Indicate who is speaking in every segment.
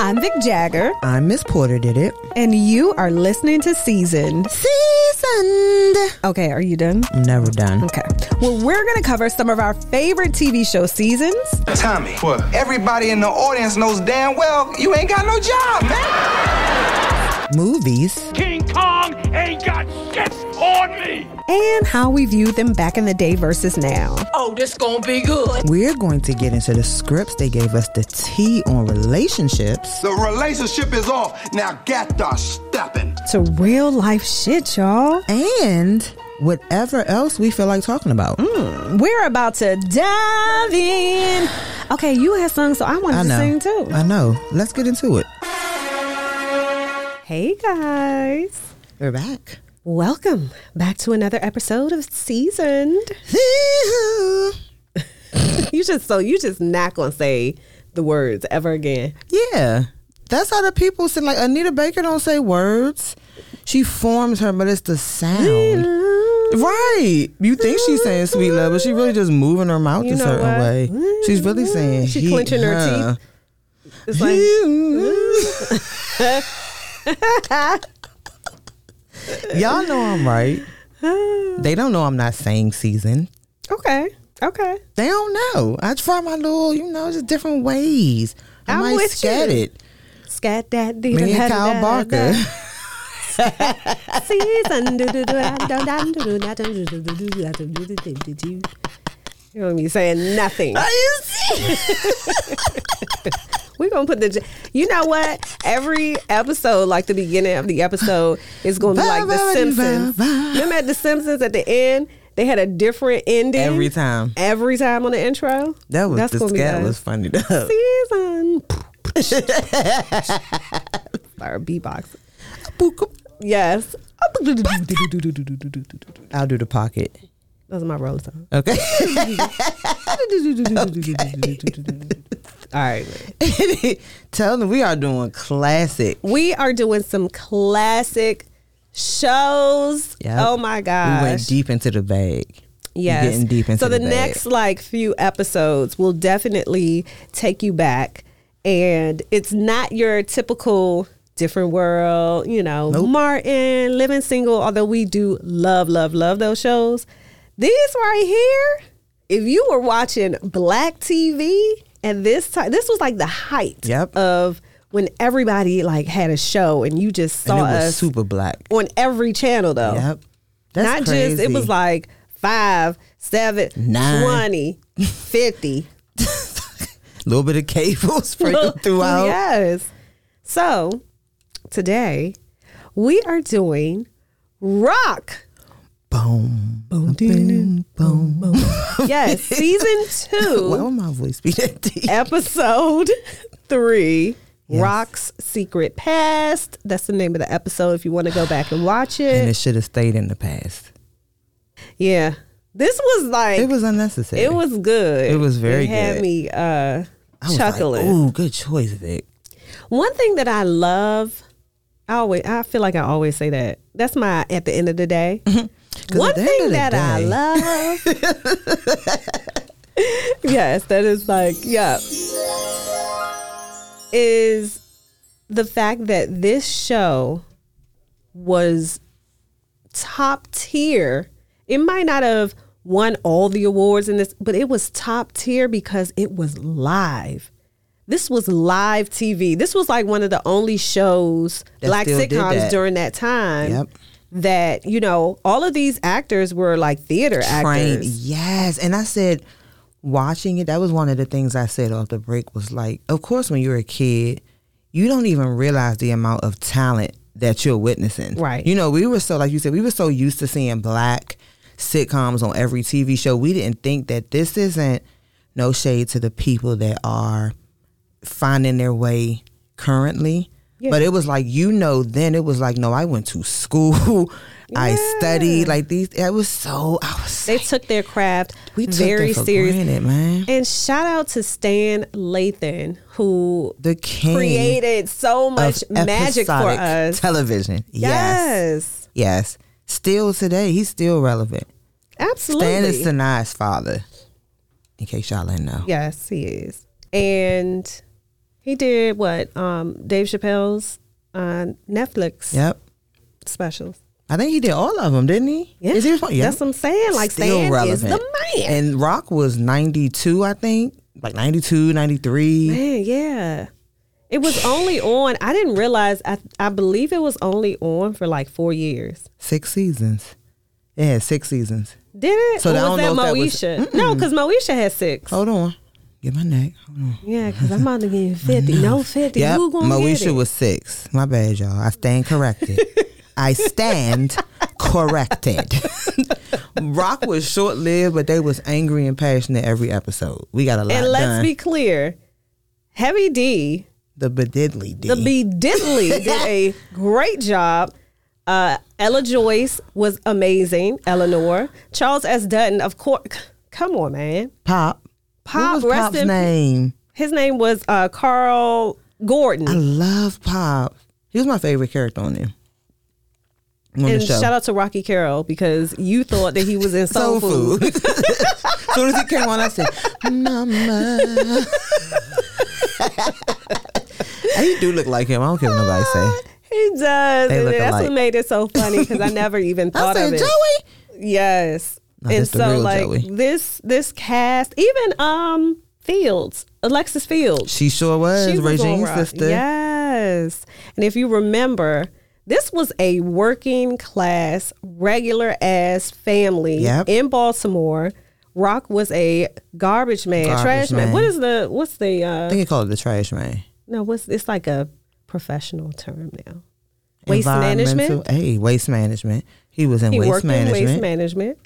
Speaker 1: I'm Vic Jagger,
Speaker 2: I'm Uh, Miss Porter. Did it
Speaker 1: and you are listening to Seasoned.
Speaker 2: seasoned?
Speaker 1: Okay, are you done?
Speaker 2: I'm never done.
Speaker 1: Okay. Well, we're going to cover some of our favorite TV show seasons.
Speaker 3: Tommy, what? Everybody in the audience knows damn well you ain't got no job, man.
Speaker 2: Movies.
Speaker 4: King Kong ain't got shit on me.
Speaker 1: and how we viewed them back in the day versus now.
Speaker 5: Oh, this gonna be good.
Speaker 2: We're going to get into the scripts they gave us the tea on relationships.
Speaker 3: The relationship is off. Now get the stepping.
Speaker 1: To real life shit, y'all.
Speaker 2: and whatever else we feel like talking about.
Speaker 1: We're about to dive in. Okay, you had sung, so I wanted
Speaker 2: I
Speaker 1: to
Speaker 2: know.
Speaker 1: sing too.
Speaker 2: I know. Let's get into it.
Speaker 1: hey guys.
Speaker 2: We're back.
Speaker 1: Welcome back to another episode of Seasoned. you just so you just not gonna say the words ever again.
Speaker 2: yeah, that's how the people sing. Like Anita Baker don't say words. She forms her, but it's the sound. Right. You think she's saying sweet love, but she really just moving her mouth
Speaker 1: You
Speaker 2: a
Speaker 1: know
Speaker 2: certain
Speaker 1: what? Mm-hmm.
Speaker 2: way. She's really saying
Speaker 1: She
Speaker 2: he,
Speaker 1: clenching her teeth. It's like
Speaker 2: Y'all know I'm right. They don't know I'm not saying season.
Speaker 1: okay, okay.
Speaker 2: They don't know. I try my little, you know, just different ways. I
Speaker 1: I'm
Speaker 2: might
Speaker 1: with
Speaker 2: scat
Speaker 1: you.
Speaker 2: it.
Speaker 1: Scat that
Speaker 2: Me and Kyle Barker.
Speaker 1: season. You don't be saying nothing.
Speaker 2: Are you serious?
Speaker 1: We're gonna put the. j- You know what? Every episode, like the beginning of the episode, is gonna be like The Simpsons. Remember at The Simpsons at the end, they had a different ending
Speaker 2: Every time.
Speaker 1: Every time on the intro.
Speaker 2: That was
Speaker 1: That's
Speaker 2: the
Speaker 1: gonna be
Speaker 2: scat
Speaker 1: us.
Speaker 2: was funny though.
Speaker 1: season. Our beatbox. Yes. That
Speaker 2: I'll do the pocket.
Speaker 1: was my roller song.
Speaker 2: Okay.
Speaker 1: All right.
Speaker 2: Tell them we are doing classic.
Speaker 1: We are doing some classic shows.
Speaker 2: Yep.
Speaker 1: Oh my gosh.
Speaker 2: We went deep into the bag.
Speaker 1: Yes.
Speaker 2: getting deep into
Speaker 1: so the,
Speaker 2: the bag.
Speaker 1: next like few episodes will definitely take you back and it's not your typical different world, you know,
Speaker 2: Nope.
Speaker 1: Martin, Living Single, although we do love love love those shows. These right here, if you were watching black TV and this time this was like the height
Speaker 2: Yep.
Speaker 1: of when everybody like had a show and you just saw
Speaker 2: and it was
Speaker 1: us
Speaker 2: super black.
Speaker 1: on every channel though
Speaker 2: Yep. That's
Speaker 1: not just it
Speaker 2: crazy.
Speaker 1: was like five, seven,
Speaker 2: Nine.
Speaker 1: 20, 50.
Speaker 2: a little bit of cable sprinkled throughout.
Speaker 1: Yes. So today we are doing rock.
Speaker 2: Boom, boom, boom, boom, boom.
Speaker 1: Yes, season two,
Speaker 2: Why would my voice be that deep?
Speaker 1: episode three. Rock's Secret Past. That's the name of the episode if you want to go back and watch
Speaker 2: And
Speaker 1: it.
Speaker 2: it should have stayed in the past.
Speaker 1: yeah. This was like
Speaker 2: It was unnecessary.
Speaker 1: it was good.
Speaker 2: It was very
Speaker 1: it had
Speaker 2: good.
Speaker 1: me uh
Speaker 2: I was
Speaker 1: chuckling.
Speaker 2: Like, Ooh, good choice, Vic.
Speaker 1: One thing that I love, I always I feel like I always say that. That's my at the end of the day. One
Speaker 2: at the end
Speaker 1: thing
Speaker 2: of the
Speaker 1: that I
Speaker 2: day-
Speaker 1: love. yes, that is like, yeah. Is the fact that this show was top tier. It might not have won all the awards in this, but it was top tier because it was live. This was live TV. This was like one of the only shows
Speaker 2: That
Speaker 1: black
Speaker 2: still did
Speaker 1: sitcoms
Speaker 2: that.
Speaker 1: during that time
Speaker 2: Yep.
Speaker 1: that you know all of these actors were like theater
Speaker 2: Trained.
Speaker 1: actors.
Speaker 2: Yes. And I said, watching it, that was one of the things I said off the break was like, of course, when you're a kid, you don't even realize the amount of talent that you're witnessing.
Speaker 1: Right.
Speaker 2: You know, we were so, like you said, we were so used to seeing black sitcoms on every TV show. We didn't think that this isn't no shade to the people that are finding their way currently. But it was like you know then it was like no I went to school I studied like these it was so I was
Speaker 1: They took their craft
Speaker 2: we took
Speaker 1: very
Speaker 2: that for
Speaker 1: serious.
Speaker 2: granted, man.
Speaker 1: And shout out to Stan Lathan who
Speaker 2: The king
Speaker 1: created so
Speaker 2: of
Speaker 1: much magic for
Speaker 2: episodic
Speaker 1: us.
Speaker 2: Television,
Speaker 1: Yes,
Speaker 2: yes, yes. Still today, he's still relevant. Stan
Speaker 1: absolutely.
Speaker 2: is Tanai's father. In case y'all didn't know,
Speaker 1: yes, he is, and He did what? Um, Dave Chappelle's uh, Netflix
Speaker 2: Yep.
Speaker 1: specials.
Speaker 2: I think he did all of them, didn't he?
Speaker 1: Yeah,
Speaker 2: Is he respons- yeah.
Speaker 1: that's what I'm saying. Like Stan is the man.
Speaker 2: And Rock was 92, I think. Like 92, 93.
Speaker 1: Man, yeah. It was only on. I didn't realize. I I believe it was only on for like four years.
Speaker 2: Six seasons. It had six seasons.
Speaker 1: Did it? or
Speaker 2: So I
Speaker 1: was
Speaker 2: don't
Speaker 1: that
Speaker 2: know if
Speaker 1: Moesha?
Speaker 2: that was- Oh.
Speaker 1: no, because Moesha had six.
Speaker 2: Hold on. Get my neck. Hold on.
Speaker 1: Yeah, because I'm about to get fifty. No fifty.
Speaker 2: Yep.
Speaker 1: Who gonna get
Speaker 2: Moesha
Speaker 1: it?
Speaker 2: was six. My bad, y'all. I stand corrected. I stand corrected. Rock was short lived, but they was angry and passionate every episode. We got a lot
Speaker 1: and let's
Speaker 2: done.
Speaker 1: be clear, Heavy D
Speaker 2: the Bedidly D.
Speaker 1: The B Diddley did a great job. Uh, Ella Joyce was amazing. Eleanor Charles S. Dutton, of course. Come on, man.
Speaker 2: Pop.
Speaker 1: Pop,
Speaker 2: What was
Speaker 1: rest
Speaker 2: Pop's
Speaker 1: in-
Speaker 2: name?
Speaker 1: His name was uh, Carl
Speaker 2: I
Speaker 1: Gordon.
Speaker 2: love Pop. He was my favorite character on there. On the
Speaker 1: And
Speaker 2: show.
Speaker 1: shout out to Rocky Carroll because you thought that he was in Soul, Food.
Speaker 2: as soon as he came on, I said, "Mama." he do look like him. I don't care what nobody say.
Speaker 1: He does.
Speaker 2: They
Speaker 1: And
Speaker 2: look
Speaker 1: that's
Speaker 2: alike.
Speaker 1: what made it so funny because I never even
Speaker 2: I
Speaker 1: thought of
Speaker 2: said,
Speaker 1: it.
Speaker 2: Joey.
Speaker 1: Yes.
Speaker 2: No,
Speaker 1: and
Speaker 2: that's the
Speaker 1: so
Speaker 2: real
Speaker 1: like
Speaker 2: Joey.
Speaker 1: this this cast, even um Fields, Alexis Fields.
Speaker 2: She sure was
Speaker 1: She was
Speaker 2: Regine's
Speaker 1: all right.
Speaker 2: sister.
Speaker 1: Yes. And if you remember, this was a working class, regular ass family
Speaker 2: Yep.
Speaker 1: in Baltimore. Rock was a garbage man,
Speaker 2: Garbage
Speaker 1: trash man.
Speaker 2: man.
Speaker 1: What is the what's the
Speaker 2: I
Speaker 1: uh
Speaker 2: think he called it the trash man.
Speaker 1: no, what's it's like a professional term now. Waste management.
Speaker 2: Environmental- Hey, waste management. He was in
Speaker 1: He
Speaker 2: waste
Speaker 1: worked in waste
Speaker 2: management.
Speaker 1: management.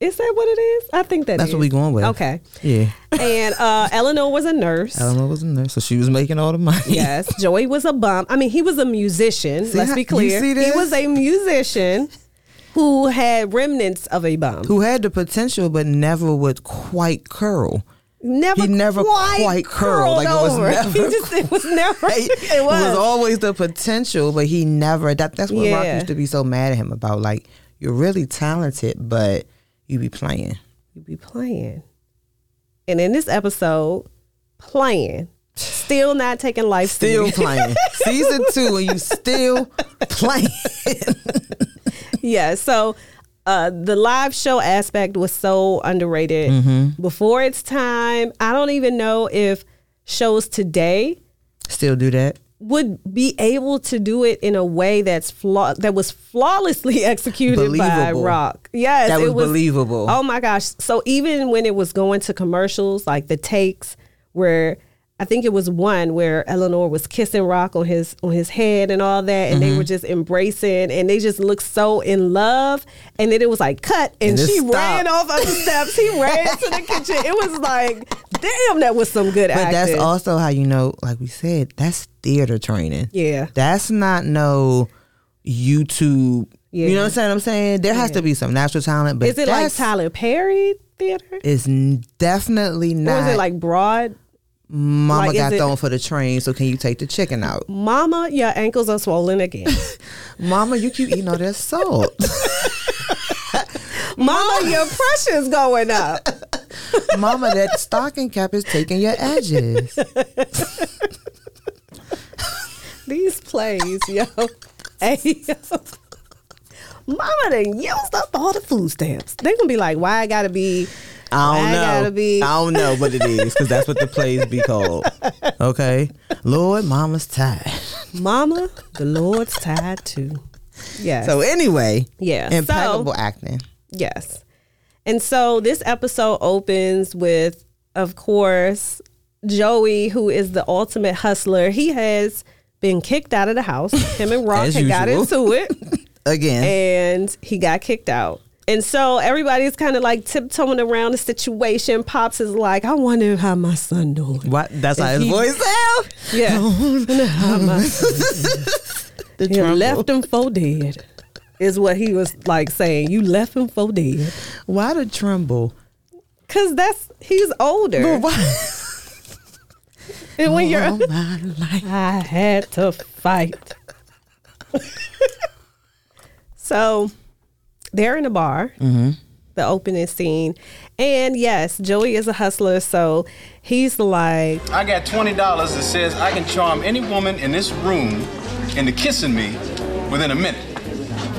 Speaker 1: Is that what it is? I think that
Speaker 2: That's what
Speaker 1: is.
Speaker 2: we going with.
Speaker 1: Okay.
Speaker 2: yeah.
Speaker 1: And uh Eleanor was a nurse.
Speaker 2: Eleanor was in there, so she was making all the money.
Speaker 1: Yes, Joey was a bum. I mean, he was a musician.
Speaker 2: See
Speaker 1: let's
Speaker 2: how-
Speaker 1: be
Speaker 2: you
Speaker 1: clear.
Speaker 2: see
Speaker 1: He
Speaker 2: this?
Speaker 1: was a musician who had remnants of a bum.
Speaker 2: Who had the potential but never would quite curl.
Speaker 1: never,
Speaker 2: he never quite curled, like, it was
Speaker 1: over.
Speaker 2: never
Speaker 1: He just, it was never.
Speaker 2: Hey,
Speaker 1: it was.
Speaker 2: always the potential, but he never. That, that's what Rock
Speaker 1: Yeah.
Speaker 2: used to be so mad at him about. Like you're really talented, but you be playing.
Speaker 1: you be playing, and in this episode, playing, still not taking life.
Speaker 2: Still
Speaker 1: serious.
Speaker 2: playing. Season two, and you still playing.
Speaker 1: yeah. So. Uh, the live show aspect was so underrated before its time. I don't even know if shows today
Speaker 2: Still do that.
Speaker 1: would be able to do it in a way that's flaw that was flawlessly executed by
Speaker 2: Believable.
Speaker 1: Rock. Yes,
Speaker 2: That was
Speaker 1: it
Speaker 2: believable.
Speaker 1: Oh my gosh! So even when it was going to commercials, like the takes where I think it was one where Eleanor was kissing Rock on his on his head and all that, and
Speaker 2: Mm-hmm.
Speaker 1: they were just embracing, and they just looked so in love, and then it was like cut, and,
Speaker 2: And it
Speaker 1: she
Speaker 2: stopped.
Speaker 1: ran off up the steps. He ran to the kitchen. It was like, damn, that was some good
Speaker 2: But
Speaker 1: acting.
Speaker 2: that's also how you know, like we said, that's theater training.
Speaker 1: Yeah.
Speaker 2: That's not no YouTube. You
Speaker 1: Yeah.
Speaker 2: know what I'm saying? I'm saying there has to be some natural talent, but
Speaker 1: Is it like
Speaker 2: that's-
Speaker 1: Tyler Perry theater?
Speaker 2: It's n- definitely
Speaker 1: Or
Speaker 2: not.
Speaker 1: is it like broad?
Speaker 2: Mama
Speaker 1: like, is
Speaker 2: got
Speaker 1: it-
Speaker 2: thrown for the train, so can you take the chicken out?
Speaker 1: Mama, your ankles are swollen again.
Speaker 2: Mama, you keep eating all that salt.
Speaker 1: Mama, your pressure's going up.
Speaker 2: Mama, that stocking cap is taking your edges.
Speaker 1: These plays, yo. Hey, yo. Mama done used up all the food stamps. They gonna be like, why I gotta be
Speaker 2: I don't
Speaker 1: I
Speaker 2: know.
Speaker 1: gotta be-
Speaker 2: I don't know what it is because that's what the plays be called. Okay, Lord, Mama's tired.
Speaker 1: Mama, the Lord's tied to. Yes.
Speaker 2: So anyway,
Speaker 1: Yeah, so-
Speaker 2: impeccable acting.
Speaker 1: Yes. And so this episode opens with, of course, Joey, who is the ultimate hustler. He has been kicked out of the house. Him and Rock
Speaker 2: As
Speaker 1: had got into
Speaker 2: usual.
Speaker 1: it,
Speaker 2: Again,
Speaker 1: and he got kicked out. And so everybody's kind of like tiptoeing around the situation. Pops is like, I wonder how my son doing.
Speaker 2: what? That's how his
Speaker 1: he-
Speaker 2: voice sound.
Speaker 1: Yeah. Wonder how my son
Speaker 2: The
Speaker 1: You
Speaker 2: trumpet.
Speaker 1: left him for dead. Is what he was like saying. You left him for dead.
Speaker 2: Why the tremble?
Speaker 1: Cause that's he's older.
Speaker 2: Why?
Speaker 1: And when you're,
Speaker 2: my life.
Speaker 1: I had to fight. so they're in a bar. the opening scene. And yes, Joey is a hustler, so he's like,
Speaker 6: I got $20 that says I can charm any woman in this room into kissing me within a minute.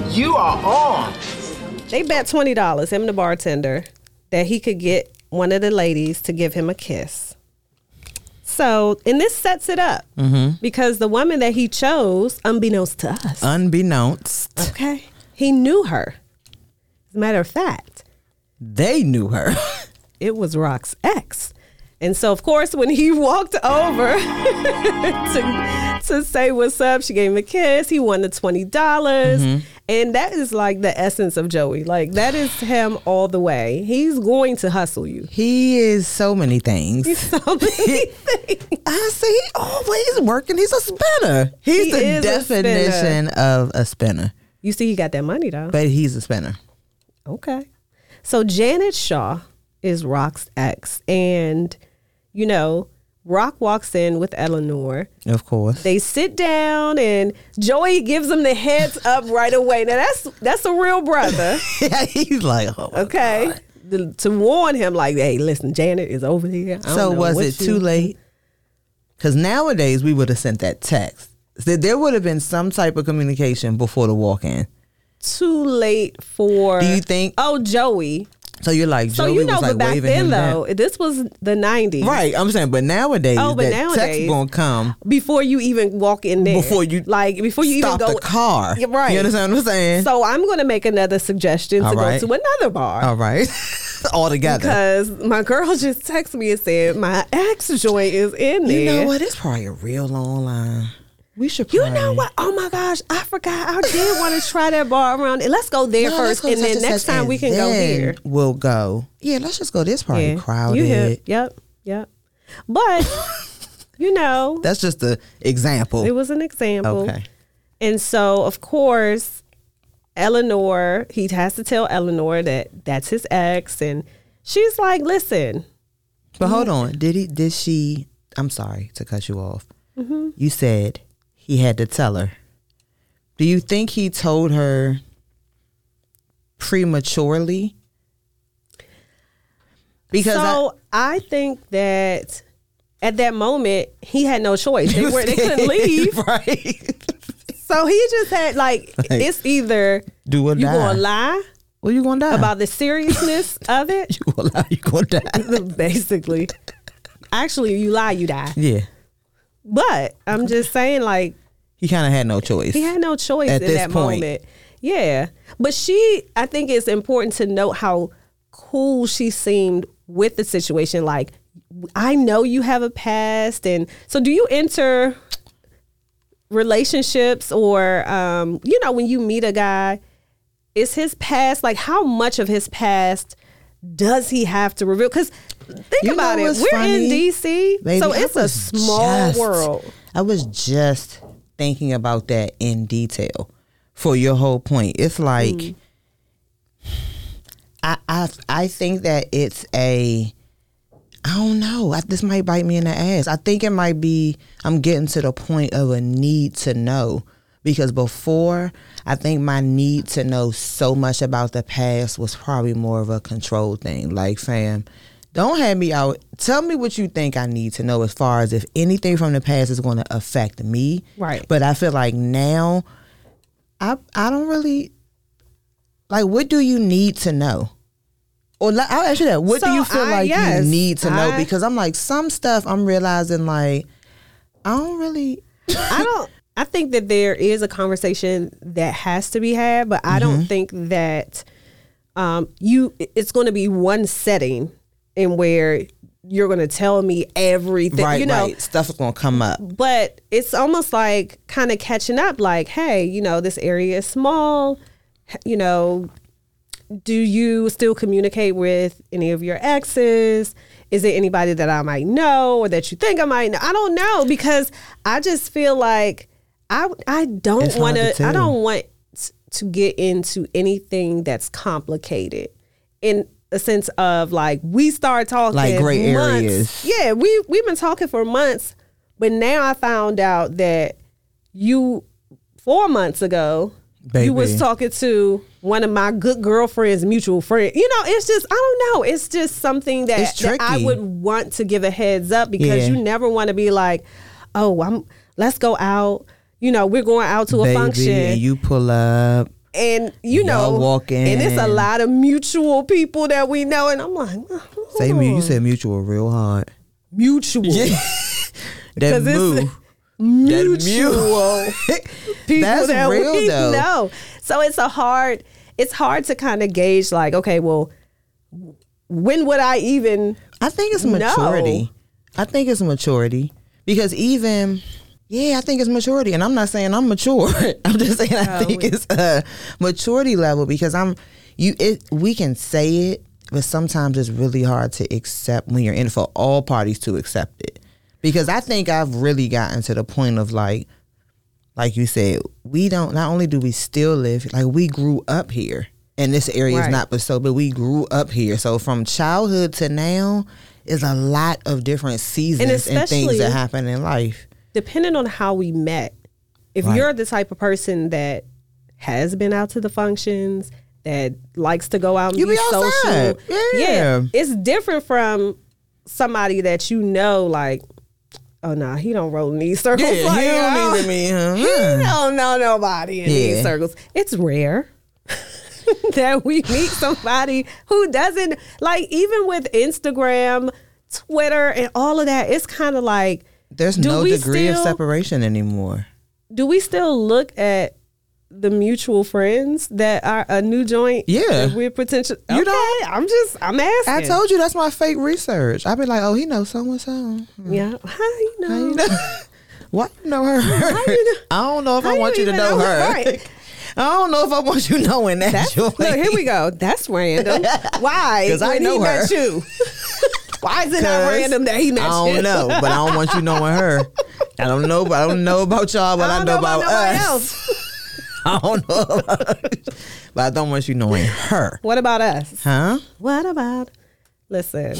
Speaker 6: You are on.
Speaker 1: They bet twenty dollars, him and the bartender, that he could get one of the ladies to give him a kiss. So, and this sets it up because the woman that he chose, unbeknownst to us,
Speaker 2: Unbeknownst,
Speaker 1: okay, he knew her. As a matter of fact,
Speaker 2: they knew her.
Speaker 1: it was Rock's ex, and so of course, when he walked over to to say what's up, she gave him a kiss. He won the twenty dollars. And that is like the essence of Joey. Like that is him all the way. He's going to hustle you.
Speaker 2: he is so many things. I say he always working. He's a spinner. He's
Speaker 1: He
Speaker 2: the
Speaker 1: is a spinner.
Speaker 2: definition of a spinner.
Speaker 1: You see, he got that money though.
Speaker 2: But he's a spinner.
Speaker 1: Okay. So Janet Shaw is Rock's ex. And, you know, Rock walks in with Eleanor.
Speaker 2: Of course.
Speaker 1: They sit down and Joey gives him the heads up right away. Now that's that's a real brother.
Speaker 2: he's like, oh. my
Speaker 1: Okay. The- to warn him, like, hey, listen, Janet is over here. I don't
Speaker 2: So
Speaker 1: know
Speaker 2: was
Speaker 1: what
Speaker 2: it
Speaker 1: you-
Speaker 2: too late? Because nowadays we would have sent that text. There- There would have been some type of communication before the walk in.
Speaker 1: Too late for.
Speaker 2: Do you think-
Speaker 1: Oh, Joey.
Speaker 2: So you're like,
Speaker 1: So
Speaker 2: Joey
Speaker 1: you know,
Speaker 2: was like
Speaker 1: but back
Speaker 2: waving him
Speaker 1: then
Speaker 2: down.
Speaker 1: though, this was the '90s,
Speaker 2: Right, I'm saying, but nowadays
Speaker 1: Oh, but
Speaker 2: that text
Speaker 1: nowadays-
Speaker 2: gonna come
Speaker 1: Before you even walk in there,
Speaker 2: Before you
Speaker 1: like before you
Speaker 2: stop
Speaker 1: even go
Speaker 2: the car.
Speaker 1: Yeah, right.
Speaker 2: You understand what I'm saying?
Speaker 1: So I'm going to make another suggestion
Speaker 2: All
Speaker 1: to
Speaker 2: right.
Speaker 1: go to another bar.
Speaker 2: All right, all together.
Speaker 1: Because my girl just texted me and said my ex joint is in there.
Speaker 2: You know what? It's probably a real long line. We should.
Speaker 1: You
Speaker 2: probably-
Speaker 1: know what? Oh my gosh, I forgot. I did want to try that bar around. it. Let's go there
Speaker 2: No, let's
Speaker 1: first,
Speaker 2: go
Speaker 1: and
Speaker 2: such
Speaker 1: then next
Speaker 2: such,
Speaker 1: time
Speaker 2: and
Speaker 1: we can go
Speaker 2: then
Speaker 1: here.
Speaker 2: We'll go. Yeah, let's just go. This probably
Speaker 1: Yeah.
Speaker 2: crowded.
Speaker 1: You hip. Yep, yep. But you know,
Speaker 2: That's just an example.
Speaker 1: it was an example.
Speaker 2: okay.
Speaker 1: And so, of course, Eleanor, he has to tell Eleanor that that's his ex, and she's like, "Listen,
Speaker 2: But hold on, did he? Did she? I'm sorry to cut you off.
Speaker 1: Mm-hmm.
Speaker 2: You said he had to tell her. Do you think he told her prematurely? Because
Speaker 1: so I, think that at that moment he had no choice. They were they couldn't leave,
Speaker 2: I, right?
Speaker 1: so he just had like, it's either
Speaker 2: Do or
Speaker 1: you
Speaker 2: die.
Speaker 1: gonna lie
Speaker 2: Well, you gonna die
Speaker 1: about the seriousness of it,
Speaker 2: you gonna lie. You gonna die.
Speaker 1: basically. Actually, you lie, you die.
Speaker 2: yeah,
Speaker 1: But I'm just saying, like
Speaker 2: he kind of had no choice.
Speaker 1: he had no choice
Speaker 2: At
Speaker 1: in
Speaker 2: this
Speaker 1: that
Speaker 2: point.
Speaker 1: moment. Yeah, but she, I think it's important to note how cool she seemed with the situation. Like, I know you have a past, and so do you enter relationships or, um, you know, when you meet a guy, is his past like how much of his past? Does he have to reveal? Because think
Speaker 2: You know
Speaker 1: about it,
Speaker 2: what's
Speaker 1: we're
Speaker 2: funny,
Speaker 1: in DC,
Speaker 2: Baby,
Speaker 1: so
Speaker 2: I
Speaker 1: it's a
Speaker 2: was
Speaker 1: small
Speaker 2: just-
Speaker 1: world.
Speaker 2: I was just thinking about that in detail for your whole point. It's like
Speaker 1: Mm.
Speaker 2: I, I I think that it's a I don't know. I, this might bite me in the ass. I think it might be I'm getting to the point of a need to know because before I think my need to know so much about the past was probably more of a control thing. Like, fam, don't have me out. Tell me what you think I need to know as far as if anything from the past is going to affect me.
Speaker 1: Right.
Speaker 2: But I feel like now I I don't really like what do you need to know? Or like, I'll ask you that. What do
Speaker 1: So
Speaker 2: you feel
Speaker 1: I-
Speaker 2: like
Speaker 1: yes,
Speaker 2: you need to know?
Speaker 1: I-
Speaker 2: Because I'm like some stuff I'm realizing like I don't really
Speaker 1: I don't. I think that there is a conversation that has to be had, but I
Speaker 2: Mm-hmm.
Speaker 1: don't think that um, you. It's going to be one setting in where you're going to tell me everything.
Speaker 2: right
Speaker 1: you know,
Speaker 2: right stuff is gonna come up.
Speaker 1: but it's almost like kind of catching up like hey you know this area is small H- you know do you still communicate with any of your exes is it anybody that i might know or that you think i might know i don't know because i just feel like i i
Speaker 2: It's
Speaker 1: don't
Speaker 2: hard
Speaker 1: want
Speaker 2: to
Speaker 1: to i
Speaker 2: tell.
Speaker 1: don't want t- to get into anything that's complicated in a sense of like we start talking
Speaker 2: Like gray
Speaker 1: months-
Speaker 2: areas.
Speaker 1: yeah, we we've been talking for months, but now I found out that you four months ago
Speaker 2: Baby.
Speaker 1: you was talking to one of my good girlfriend's mutual friend. You know, it's just I don't know. It's just something that,
Speaker 2: It's
Speaker 1: that I
Speaker 2: tricky.
Speaker 1: would want to give a heads up because
Speaker 2: Yeah.
Speaker 1: you never want to be like, oh, I'm let's go out. You know, we're going out to a
Speaker 2: baby,
Speaker 1: function,
Speaker 2: and you pull up.
Speaker 1: and you know,
Speaker 2: Y'all walk in.
Speaker 1: and it's a lot of mutual people that we know, and I'm like, hold
Speaker 2: Say mu- you
Speaker 1: on.
Speaker 2: said mutual real hard.
Speaker 1: mutual,
Speaker 2: that
Speaker 1: 'Cause it's-
Speaker 2: moo.
Speaker 1: mutual people
Speaker 2: That's
Speaker 1: that
Speaker 2: real,
Speaker 1: we
Speaker 2: though.
Speaker 1: know. So it's a hard, it's hard to kind of gauge like, okay, well, when would I even?
Speaker 2: I think it's
Speaker 1: No.
Speaker 2: maturity. I think it's maturity because even yeah, I think it's maturity, and I'm not saying I'm mature. I'm just saying I think it's a maturity level because I'm you. It we can say it, but sometimes it's really hard to accept when you're in for all parties to accept it. Because I think I've really gotten to the point of like, like you said, we don't. Not only do we still live, like we grew up here, and this area
Speaker 1: Right.
Speaker 2: is not but so. But we grew up here, so from childhood to now is a lot of different seasons and,
Speaker 1: especially-
Speaker 2: things that happen in life.
Speaker 1: Depending on how we met, if
Speaker 2: Right.
Speaker 1: you're the type of person that has been out to the functions, that likes to go out and
Speaker 2: You be
Speaker 1: social,
Speaker 2: outside. Yeah.
Speaker 1: it's different from somebody that you know, like, oh no, he don't roll in these circles. like, oh.
Speaker 2: me.
Speaker 1: He don't know nobody in these
Speaker 2: Mm. Yeah.
Speaker 1: circles. It's rare that we meet somebody who doesn't like even with Instagram, Twitter, and all of that. It's kind of like,
Speaker 2: There's
Speaker 1: Do
Speaker 2: no
Speaker 1: we
Speaker 2: degree of
Speaker 1: still-
Speaker 2: separation anymore.
Speaker 1: do we still look at the mutual friends that are a new joint?
Speaker 2: Yeah.
Speaker 1: that we're potential. You okay,
Speaker 2: don't-
Speaker 1: I'm just I'm asking.
Speaker 2: I told you that's my fake research. I'd be like, oh, he knows so and so.
Speaker 1: Yeah, how you know?
Speaker 2: Why you know her?
Speaker 1: you know-
Speaker 2: I don't know if
Speaker 1: how
Speaker 2: I
Speaker 1: you
Speaker 2: want you, to
Speaker 1: even
Speaker 2: know,
Speaker 1: know
Speaker 2: her.
Speaker 1: her? Right.
Speaker 2: I don't know if I want you knowing that.
Speaker 1: That's,
Speaker 2: joint.
Speaker 1: look, here we go. That's random. Why?
Speaker 2: 'Cause I
Speaker 1: When
Speaker 2: know
Speaker 1: he
Speaker 2: her.
Speaker 1: met you. Why is it not
Speaker 2: 'Cause
Speaker 1: random that he met
Speaker 2: I
Speaker 1: you?
Speaker 2: don't know, but I don't want you knowing her. I don't know, but I don't know about y'all, but I, know, about,
Speaker 1: nobody
Speaker 2: us.
Speaker 1: else.
Speaker 2: I don't know, about, but I don't want you knowing her,
Speaker 1: What about us?
Speaker 2: huh?
Speaker 1: What about? Listen,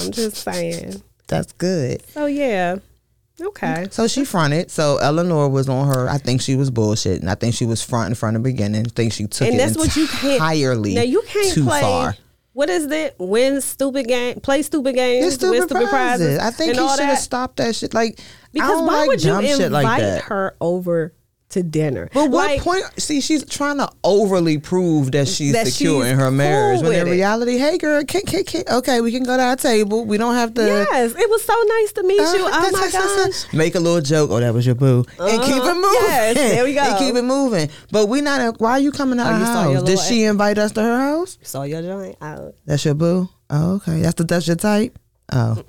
Speaker 1: I'm just saying.
Speaker 2: That's good.
Speaker 1: So yeah, okay.
Speaker 2: So she fronted. So Eleanor was on her. I think she was bullshit, and I think she was fronting from the beginning. I think she took
Speaker 1: And
Speaker 2: it
Speaker 1: that's what you can't
Speaker 2: entirely.
Speaker 1: Now you can't
Speaker 2: too
Speaker 1: play.
Speaker 2: far.
Speaker 1: What is it? Win stupid game. Play stupid games.
Speaker 2: It's
Speaker 1: win
Speaker 2: stupid
Speaker 1: stupid prizes.
Speaker 2: prizes. I think
Speaker 1: and
Speaker 2: he
Speaker 1: all
Speaker 2: should have
Speaker 1: that.
Speaker 2: stopped that shit. Like I
Speaker 1: Because
Speaker 2: don't
Speaker 1: why
Speaker 2: like
Speaker 1: would you
Speaker 2: dumb shit
Speaker 1: invite
Speaker 2: like that.
Speaker 1: her over to dinner?
Speaker 2: But what
Speaker 1: Like,
Speaker 2: point? See, she's trying to overly prove that she's
Speaker 1: That
Speaker 2: secure
Speaker 1: she's
Speaker 2: in her marriage.
Speaker 1: cool
Speaker 2: when in
Speaker 1: with it.
Speaker 2: reality, hey girl, kick, kick, kick. Okay, we can go to our table. We don't have to.
Speaker 1: Yes, it was so nice to meet
Speaker 2: Uh,
Speaker 1: you. Oh
Speaker 2: that's-
Speaker 1: my
Speaker 2: that's- that's-
Speaker 1: gosh. Uh-huh.
Speaker 2: Make a little joke. Oh, that was your boo, and keep it moving.
Speaker 1: Yes, there we go. Oh,
Speaker 2: And keep it moving. But we not. uh, Why are you coming to our
Speaker 1: you saw your
Speaker 2: house? Did
Speaker 1: little-
Speaker 2: she invite us to her house?
Speaker 1: Saw your joint out.
Speaker 2: That's your boo. Oh, okay. That's the that's your type. Oh,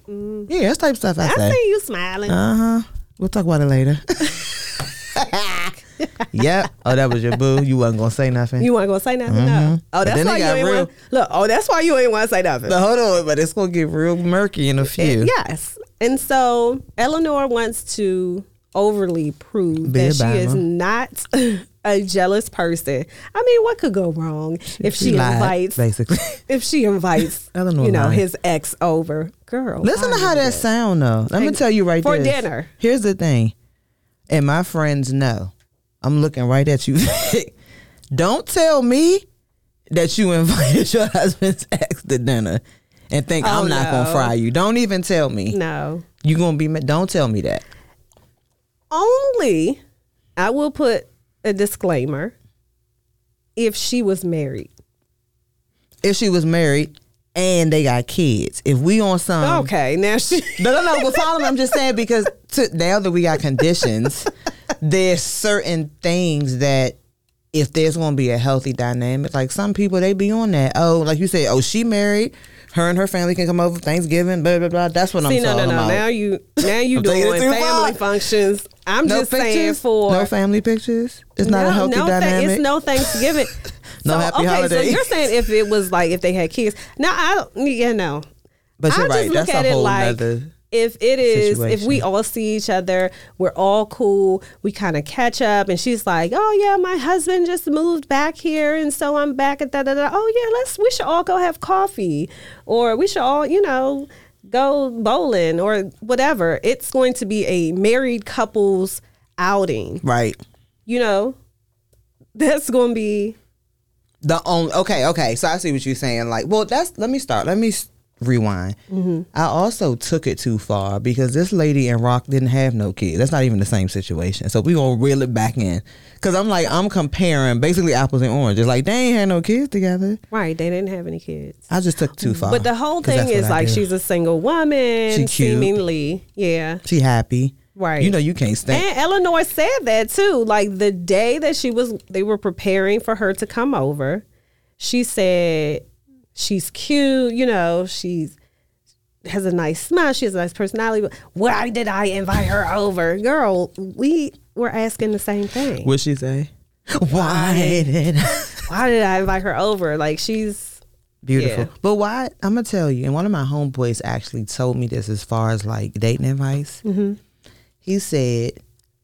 Speaker 2: yeah, that's type stuff. I,
Speaker 1: I
Speaker 2: say.
Speaker 1: see you smiling.
Speaker 2: Uh huh. We'll talk about it later. yep. Oh, that was your boo. You wasn't gonna say nothing.
Speaker 1: You weren't gonna say nothing. No. Oh, that's
Speaker 2: Mm-hmm. then
Speaker 1: why
Speaker 2: it
Speaker 1: you
Speaker 2: got
Speaker 1: ain't
Speaker 2: real.
Speaker 1: want. Look. Oh, that's why you ain't want to say nothing.
Speaker 2: But hold on, but it's gonna get real murky in a few.
Speaker 1: Yes. And so Eleanor wants to overly prove
Speaker 2: Be a
Speaker 1: that she is
Speaker 2: Bible.
Speaker 1: not a jealous person. I mean, what could go wrong if she,
Speaker 2: lied,
Speaker 1: invites
Speaker 2: basically.
Speaker 1: if she invites
Speaker 2: Eleanor
Speaker 1: you know
Speaker 2: lied.
Speaker 1: his ex over? Girl.
Speaker 2: Listen
Speaker 1: why
Speaker 2: to how
Speaker 1: would
Speaker 2: that sound though. Let me
Speaker 1: Ex-
Speaker 2: tell you right
Speaker 1: for
Speaker 2: this.
Speaker 1: dinner.
Speaker 2: Here's the thing, and my friends know. I'm looking right at you. Don't tell me that you invited your husband's ex to dinner and think I'm not gonna
Speaker 1: Oh, no.
Speaker 2: fry you. Don't even tell me.
Speaker 1: No.
Speaker 2: You gonna be? ma- Don't tell me that.
Speaker 1: Only I will put a disclaimer if she was married.
Speaker 2: If she was married and they got kids, if we on some
Speaker 1: okay, now she
Speaker 2: No, no, no. But follow me. I'm just saying because to, now that we got conditions, there's certain things that if there's going to be a healthy dynamic, like some people they be on that. Oh, like you said, oh she married, her and her family can come over Thanksgiving. Blah blah blah. That's what
Speaker 1: See,
Speaker 2: I'm
Speaker 1: no, no,
Speaker 2: talking
Speaker 1: no.
Speaker 2: about.
Speaker 1: Now you, now you
Speaker 2: I'm taking
Speaker 1: doing
Speaker 2: it too
Speaker 1: family
Speaker 2: far.
Speaker 1: functions. I'm
Speaker 2: no
Speaker 1: just saying for
Speaker 2: no family pictures. It's not a healthy
Speaker 1: no, tha-
Speaker 2: dynamic.
Speaker 1: It's no Thanksgiving.
Speaker 2: No happy
Speaker 1: okay, So
Speaker 2: holidays.
Speaker 1: you're saying if it was like if they had kids. Now I don't. Yeah, no.
Speaker 2: but
Speaker 1: I
Speaker 2: you're
Speaker 1: just
Speaker 2: right.
Speaker 1: look
Speaker 2: That's
Speaker 1: at
Speaker 2: a
Speaker 1: it
Speaker 2: whole
Speaker 1: like
Speaker 2: nother-
Speaker 1: if it is if we
Speaker 2: situation.
Speaker 1: all see each other, we're all cool. We kind of catch up, and she's like, "Oh yeah, my husband just moved back here, and so I'm back at da da da. Oh yeah, let's we should all go have coffee, or we should all you know go bowling or whatever. It's going to be a married couples outing
Speaker 2: Right.
Speaker 1: you know, That's going to be
Speaker 2: The only okay, okay. So I see what you're saying. Like, well, that's let me start. Let me s- rewind.
Speaker 1: Mm-hmm.
Speaker 2: I also took it too far because this lady in Rock didn't have no kid. That's not even the same situation. So we gonna reel it back in because I'm like I'm comparing basically apples and oranges. Like they ain't had no kids together.
Speaker 1: right. They didn't have any kids.
Speaker 2: I just took it too far.
Speaker 1: But the whole
Speaker 2: 'cause
Speaker 1: thing
Speaker 2: that's what
Speaker 1: is
Speaker 2: I
Speaker 1: like
Speaker 2: do.
Speaker 1: she's a single woman,
Speaker 2: She cute.
Speaker 1: seemingly. Yeah.
Speaker 2: she happy.
Speaker 1: Right.
Speaker 2: You know you can't stand.
Speaker 1: And Eleanor said that too. Like the day that she was, they were preparing for her to come over. She said she's cute. You know, she's has a nice smile. She has a nice personality. But why did I invite her over, girl? We were asking the same thing.
Speaker 2: What'd she say? Why did
Speaker 1: Why did I invite her over? Like she's
Speaker 2: Beautiful.
Speaker 1: Yeah.
Speaker 2: But why? I'm gonna tell you. And one of my homeboys actually told me this as far as like dating advice. He said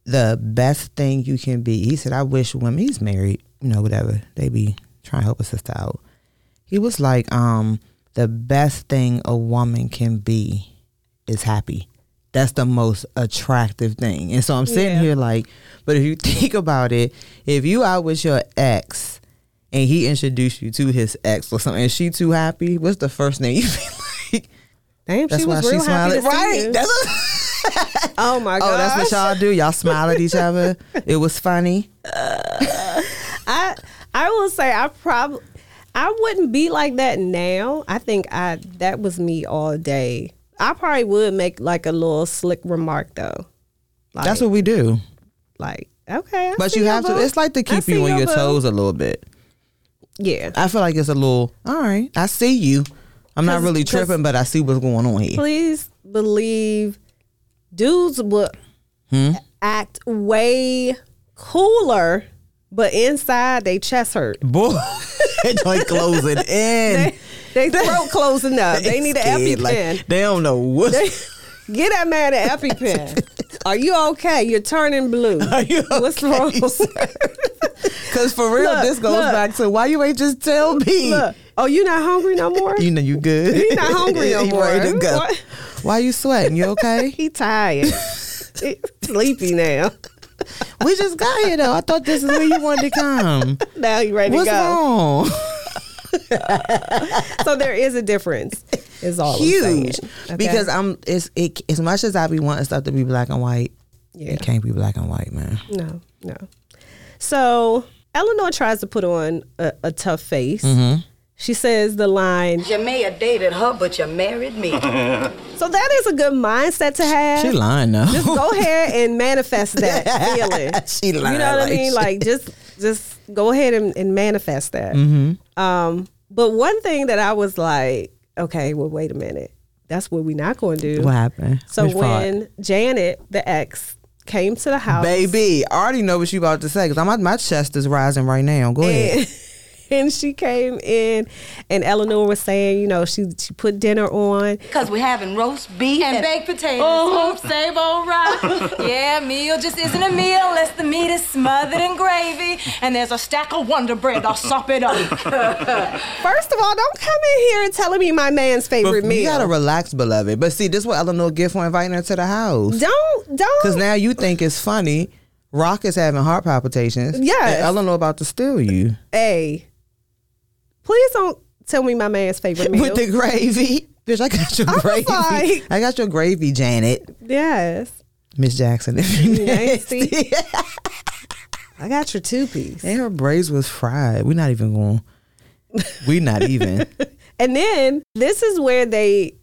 Speaker 2: the best thing you can be. He said, I wish women. He's married, you know, whatever. They be trying to help a sister out. He was like, um, the best thing a woman can be is happy. That's the most attractive thing. And so I'm sitting
Speaker 1: Yeah.
Speaker 2: here like, but if you think about it, if you out with your ex and he introduced you to his ex or something, and she too happy, what's the first name you be like?
Speaker 1: damn.
Speaker 2: That's
Speaker 1: she
Speaker 2: why
Speaker 1: was
Speaker 2: she
Speaker 1: real happy
Speaker 2: smiling.
Speaker 1: to see
Speaker 2: Right.
Speaker 1: you.
Speaker 2: That's what-
Speaker 1: oh my god.
Speaker 2: oh, that's what y'all do. Y'all smile at each other. It was funny.
Speaker 1: I I will say I probably I wouldn't be like that now. I think I that was me all day. I probably would make like a little slick remark though. Like,
Speaker 2: That's what we do.
Speaker 1: like okay. I
Speaker 2: But
Speaker 1: see
Speaker 2: you
Speaker 1: your
Speaker 2: have to.
Speaker 1: boo.
Speaker 2: It's like to
Speaker 1: I
Speaker 2: keep
Speaker 1: see
Speaker 2: you on your
Speaker 1: boo.
Speaker 2: toes a little bit.
Speaker 1: Yeah.
Speaker 2: I feel like it's a little. All right, I see you. I'm not
Speaker 1: 'Cause-
Speaker 2: really
Speaker 1: 'cause-
Speaker 2: tripping, but I see what's going on here.
Speaker 1: Please believe dudes will
Speaker 2: Hmm?
Speaker 1: act way cooler, but inside they chest hurt.
Speaker 2: Boy, that joint closing in.
Speaker 1: They throat closing up. They need an E
Speaker 2: Scared,
Speaker 1: EpiPen.
Speaker 2: like, they don't know what.
Speaker 1: Get that man an EpiPen. Are you okay? You're turning blue.
Speaker 2: Are you
Speaker 1: What's wrong?
Speaker 2: Because for real,
Speaker 1: Look,
Speaker 2: this goes
Speaker 1: look.
Speaker 2: back to why you ain't just tell me.
Speaker 1: Look. Oh, you not hungry no more?
Speaker 2: You know you good.
Speaker 1: He not hungry no
Speaker 2: You
Speaker 1: more.
Speaker 2: Ready to go.
Speaker 1: What?
Speaker 2: Why you sweating? You okay?
Speaker 1: he tired. He sleepy now.
Speaker 2: we just got here though. I thought this is where you wanted to come.
Speaker 1: Now you ready
Speaker 2: What's
Speaker 1: to go.
Speaker 2: wrong?
Speaker 1: So there is a difference. Is all I'm saying.
Speaker 2: Huge.
Speaker 1: Okay?
Speaker 2: Because I'm. It's it. As much as I be wanting stuff to be black and white,
Speaker 1: Yeah.
Speaker 2: it can't be black and white, man.
Speaker 1: No, no. So Eleanor tries to put on a, a tough face.
Speaker 2: Mm-hmm.
Speaker 1: She says the line.
Speaker 5: You may have dated her, but you married me.
Speaker 1: So that is a good mindset to have.
Speaker 2: She lying now.
Speaker 1: just go ahead and manifest that feeling.
Speaker 2: She
Speaker 1: you know
Speaker 2: lying
Speaker 1: what I
Speaker 2: like
Speaker 1: mean?
Speaker 2: shit.
Speaker 1: Like just just go ahead and, and manifest that. Um,
Speaker 2: Mm-hmm.
Speaker 1: but one thing that I was like, okay, well, wait a minute, that's what we're not going to do.
Speaker 2: What happened?
Speaker 1: So
Speaker 2: Which part?
Speaker 1: when Janet, the ex, came to the house,
Speaker 2: Baby, I already know what you about to say because my, my chest is rising right now. Go ahead.
Speaker 1: and she came in, and Eleanor was saying, you know, she she put dinner on,
Speaker 7: Because we're having roast beef and, baked potatoes.
Speaker 5: Oh.
Speaker 7: Oops, save old rock. yeah, meal just isn't a meal unless the meat is smothered in gravy and there's a stack of Wonder Bread. I'll sop it up.
Speaker 1: First of all, don't come in here and telling me my man's favorite
Speaker 2: you
Speaker 1: meal.
Speaker 2: gotta relax, beloved. But see, this is what Eleanor get for inviting her to the house.
Speaker 1: don't don't
Speaker 2: Because now you think it's funny. Rock is having heart palpitations.
Speaker 1: Yes.
Speaker 2: And Eleanor about to steal you
Speaker 1: hey, please don't tell me my man's favorite meal.
Speaker 2: with the gravy. Bitch, I got your
Speaker 1: was
Speaker 2: gravy.
Speaker 1: like-
Speaker 2: I got your gravy, Janet.
Speaker 1: yes.
Speaker 2: Miss Jackson. If you
Speaker 1: Nasty. I got your two piece.
Speaker 2: and her braids was fried. We're not even going. We not even.
Speaker 1: And then this is where they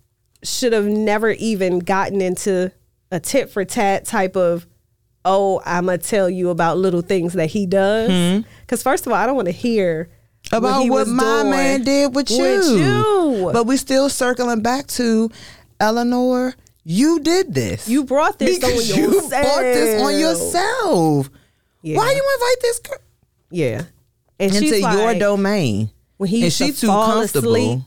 Speaker 1: should have never even gotten into a tit for tat type of, oh, I'm going to tell you about little things that he does. Because, first of all, I don't want to hear
Speaker 2: Hmm. about
Speaker 1: he was
Speaker 2: what, my
Speaker 1: doing
Speaker 2: man did with you.
Speaker 1: you.
Speaker 2: But we still circling back to Eleanor. You did this.
Speaker 1: You brought this on
Speaker 2: because you
Speaker 1: yourself.
Speaker 2: bought this on yourself.
Speaker 1: Yeah.
Speaker 2: Why you invite this girl
Speaker 1: Yeah. And
Speaker 2: into
Speaker 1: she's
Speaker 2: your
Speaker 1: like,
Speaker 2: domain?
Speaker 1: when he
Speaker 2: and
Speaker 1: used
Speaker 2: she
Speaker 1: to
Speaker 2: too
Speaker 1: fall
Speaker 2: comfortable.
Speaker 1: asleep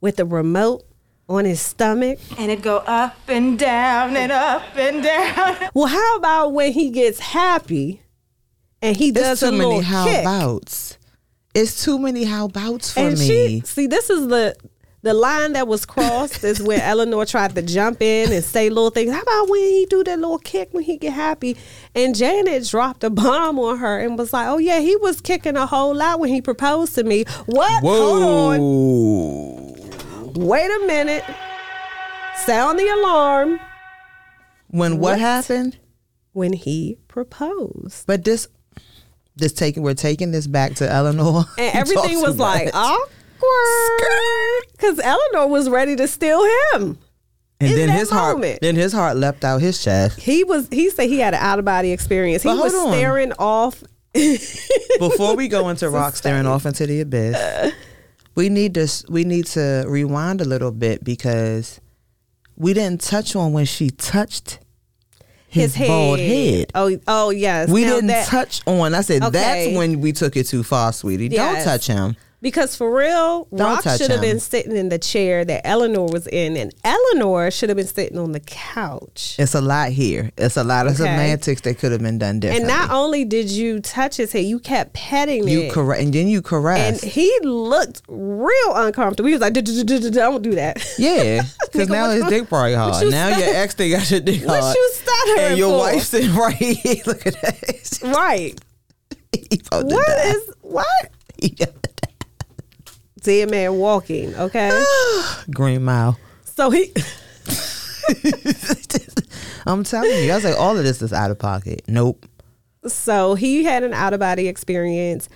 Speaker 1: with the remote on his stomach.
Speaker 7: and it go up and down and up and down.
Speaker 1: Well, how about when he gets happy and he
Speaker 2: It's
Speaker 1: does a
Speaker 2: too many
Speaker 1: little
Speaker 2: how
Speaker 1: kick?
Speaker 2: abouts. It's too many how abouts for
Speaker 1: and
Speaker 2: me.
Speaker 1: she see this is the The line that was crossed is when Eleanor tried to jump in and say little things. How about when he do that little kick when he get happy? And Janet dropped a bomb on her and was like, "Oh yeah, he was kicking a whole lot when he proposed to me." What? Hold on.
Speaker 2: Whoa.
Speaker 1: Wait a minute. Sound the alarm
Speaker 2: When what happened?
Speaker 1: when he proposed.
Speaker 2: But this, this taking we're taking this back to Eleanor. You
Speaker 1: and
Speaker 2: talk
Speaker 1: everything
Speaker 2: too
Speaker 1: was like "Oh,
Speaker 2: much.
Speaker 1: awkward because Eleanor was ready to steal him.
Speaker 2: and
Speaker 1: in
Speaker 2: then
Speaker 1: that
Speaker 2: his heart,
Speaker 1: moment.
Speaker 2: then his heart leapt out his chest
Speaker 1: He was. He said he had an out of body experience. He
Speaker 2: But
Speaker 1: was
Speaker 2: hold on.
Speaker 1: staring off.
Speaker 2: before we go into rock staring off into the abyss, we need to s- we need to rewind a little bit because we didn't touch on when she touched
Speaker 1: His
Speaker 2: his,
Speaker 1: head.
Speaker 2: bald head.
Speaker 1: Oh, oh yes.
Speaker 2: We
Speaker 1: Now
Speaker 2: didn't
Speaker 1: that-
Speaker 2: touch on. I said
Speaker 1: Okay.
Speaker 2: that's when we took it too far, sweetie.
Speaker 1: Yes.
Speaker 2: Don't touch him.
Speaker 1: because for real, Rock
Speaker 2: touch
Speaker 1: should have
Speaker 2: him.
Speaker 1: been sitting in the chair that Eleanor was in, and Eleanor should have been sitting on the couch.
Speaker 2: It's a lot here. It's a lot of
Speaker 1: Okay.
Speaker 2: semantics that could have been done
Speaker 1: And
Speaker 2: differently.
Speaker 1: not only did you touch his head, you kept petting
Speaker 2: you
Speaker 1: it.
Speaker 2: correct, and then you
Speaker 1: and
Speaker 2: caress.
Speaker 1: he looked real uncomfortable. He was like, "D-d-d-d-d- "Don't do that."
Speaker 2: yeah, because
Speaker 1: Nigga,
Speaker 2: now
Speaker 1: what
Speaker 2: his
Speaker 1: you-
Speaker 2: dick probably
Speaker 1: what
Speaker 2: hard.
Speaker 1: you
Speaker 2: now
Speaker 1: stud-
Speaker 2: your ex thing got your dick
Speaker 1: What
Speaker 2: hard.
Speaker 1: you stuttering
Speaker 2: and your
Speaker 1: for?
Speaker 2: wife's sitting right here. Look at that.
Speaker 1: right.
Speaker 2: He about to
Speaker 1: What
Speaker 2: die.
Speaker 1: is what? Dead man walking. Okay,
Speaker 2: Green Mile.
Speaker 1: so he
Speaker 2: I'm telling you, I was like, all of this is out of pocket. Nope.
Speaker 1: so he had an out of body experience.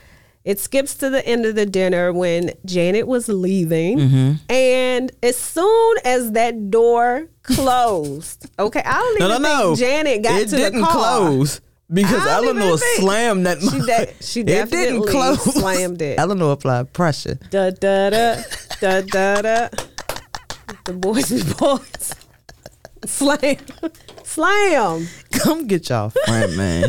Speaker 1: It skips to the end of the dinner when Janet was leaving,
Speaker 2: Mm-hmm.
Speaker 1: and as soon as that door closed, okay, I don't even think Janet got
Speaker 2: it
Speaker 1: to
Speaker 2: didn't
Speaker 1: the car.
Speaker 2: close because
Speaker 1: I don't
Speaker 2: Eleanor
Speaker 1: even think-
Speaker 2: slammed that.
Speaker 1: She de- she
Speaker 2: it
Speaker 1: definitely
Speaker 2: didn't close.
Speaker 1: slammed it.
Speaker 2: Eleanor applied pressure.
Speaker 1: Da da da da da da. The boys is boys. Slam, slam.
Speaker 2: Come get y'all friend, man.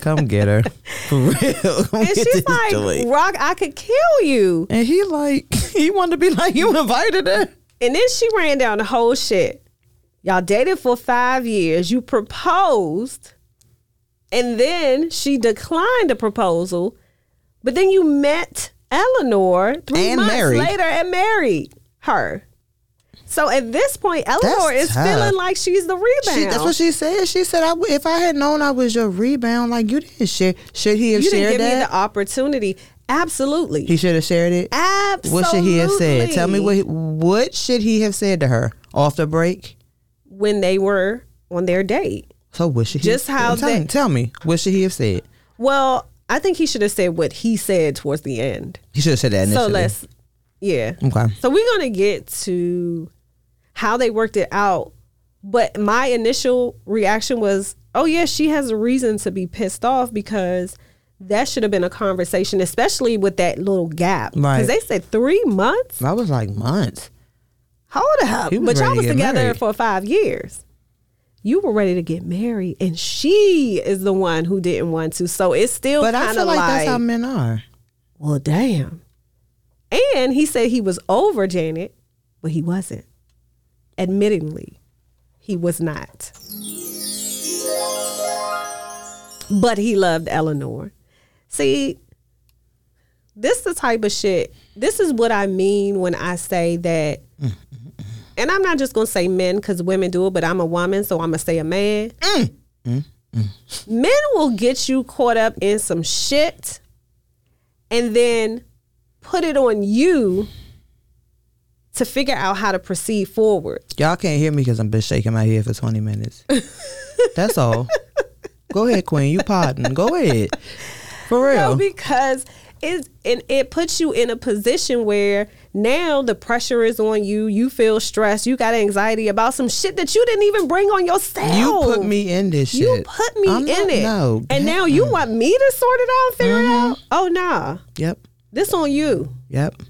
Speaker 2: Come get her for real. Come
Speaker 1: And
Speaker 2: get
Speaker 1: she's
Speaker 2: this
Speaker 1: like,
Speaker 2: joint.
Speaker 1: Rock, I could kill you.
Speaker 2: and he like he wanted to be like you invited her.
Speaker 1: And then she ran down the whole shit. Y'all dated for five years. You proposed. And then she declined the proposal. But then you met Eleanor three
Speaker 2: And
Speaker 1: months
Speaker 2: married.
Speaker 1: later and married her. So at this point, Eleanor is
Speaker 2: tough.
Speaker 1: feeling like she's the rebound.
Speaker 2: She, that's what she said. She said, I, "If I had known I was your rebound, like you didn't share, should he have
Speaker 1: you didn't
Speaker 2: shared
Speaker 1: give me
Speaker 2: that?
Speaker 1: the opportunity. Absolutely.
Speaker 2: he should have shared it.
Speaker 1: Absolutely.
Speaker 2: What should he have said? Tell me what he, what should he have said to her off the break?
Speaker 1: when they were on their date.
Speaker 2: So what should he
Speaker 1: Just how
Speaker 2: I'm telling-
Speaker 1: that-
Speaker 2: tell me what should he have said?
Speaker 1: Well, I think he should have said what he said towards the end.
Speaker 2: He should have said that initially.
Speaker 1: So let's, yeah.
Speaker 2: okay.
Speaker 1: So we're gonna get to how they worked it out. But my initial reaction was, oh yeah, she has a reason to be pissed off because that should have been a conversation, especially with that little gap. Because
Speaker 2: Right.
Speaker 1: they said three months.
Speaker 2: That was like months.
Speaker 1: Hold up,
Speaker 2: He was
Speaker 1: but
Speaker 2: ready
Speaker 1: y'all
Speaker 2: to
Speaker 1: was
Speaker 2: get
Speaker 1: together
Speaker 2: married.
Speaker 1: for five years. You were ready to get married, and she is the one who didn't want to. So it's still
Speaker 2: But
Speaker 1: kind
Speaker 2: I
Speaker 1: of
Speaker 2: feel like, that's how men are.
Speaker 1: well, damn. And he said he was over Janet, but he wasn't. Admittingly, he was not. But he loved Eleanor. See, this the type of shit. This is what I mean when I say that. And I'm not just gonna say men because women do it, but I'm a woman, so I'm gonna say a man. Men will get you caught up in some shit and then put it on you to figure out how to proceed forward.
Speaker 2: Y'all can't hear me because I've been shaking my head for twenty minutes. that's all. Go ahead, Queen. You pardon. Go ahead. For real.
Speaker 1: No, because it and it puts you in a position where now the pressure is on you. You feel stressed. You got anxiety about some shit that you didn't even bring on yourself.
Speaker 2: you put me in this shit.
Speaker 1: You put me
Speaker 2: I'm
Speaker 1: in
Speaker 2: not-
Speaker 1: it.
Speaker 2: No. Mm-hmm.
Speaker 1: and now you want me to sort it out, and figure it out. Oh nah,
Speaker 2: Yep.
Speaker 1: this on you.
Speaker 2: Yep.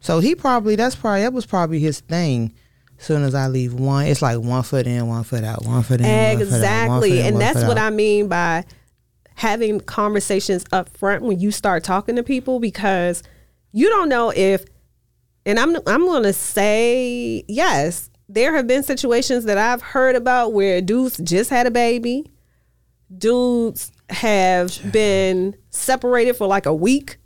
Speaker 2: So he probably that's probably that was probably his thing. soon as I leave one, it's like one foot in, one foot out, one foot in, one foot out, one foot
Speaker 1: Exactly.
Speaker 2: in,
Speaker 1: And
Speaker 2: one
Speaker 1: that's
Speaker 2: foot
Speaker 1: what
Speaker 2: out.
Speaker 1: I mean by having conversations up front when you start talking to people because you don't know if and I'm I'm going to say yes, there have been situations that I've heard about where dudes just had a baby. Dudes have been separated for like a week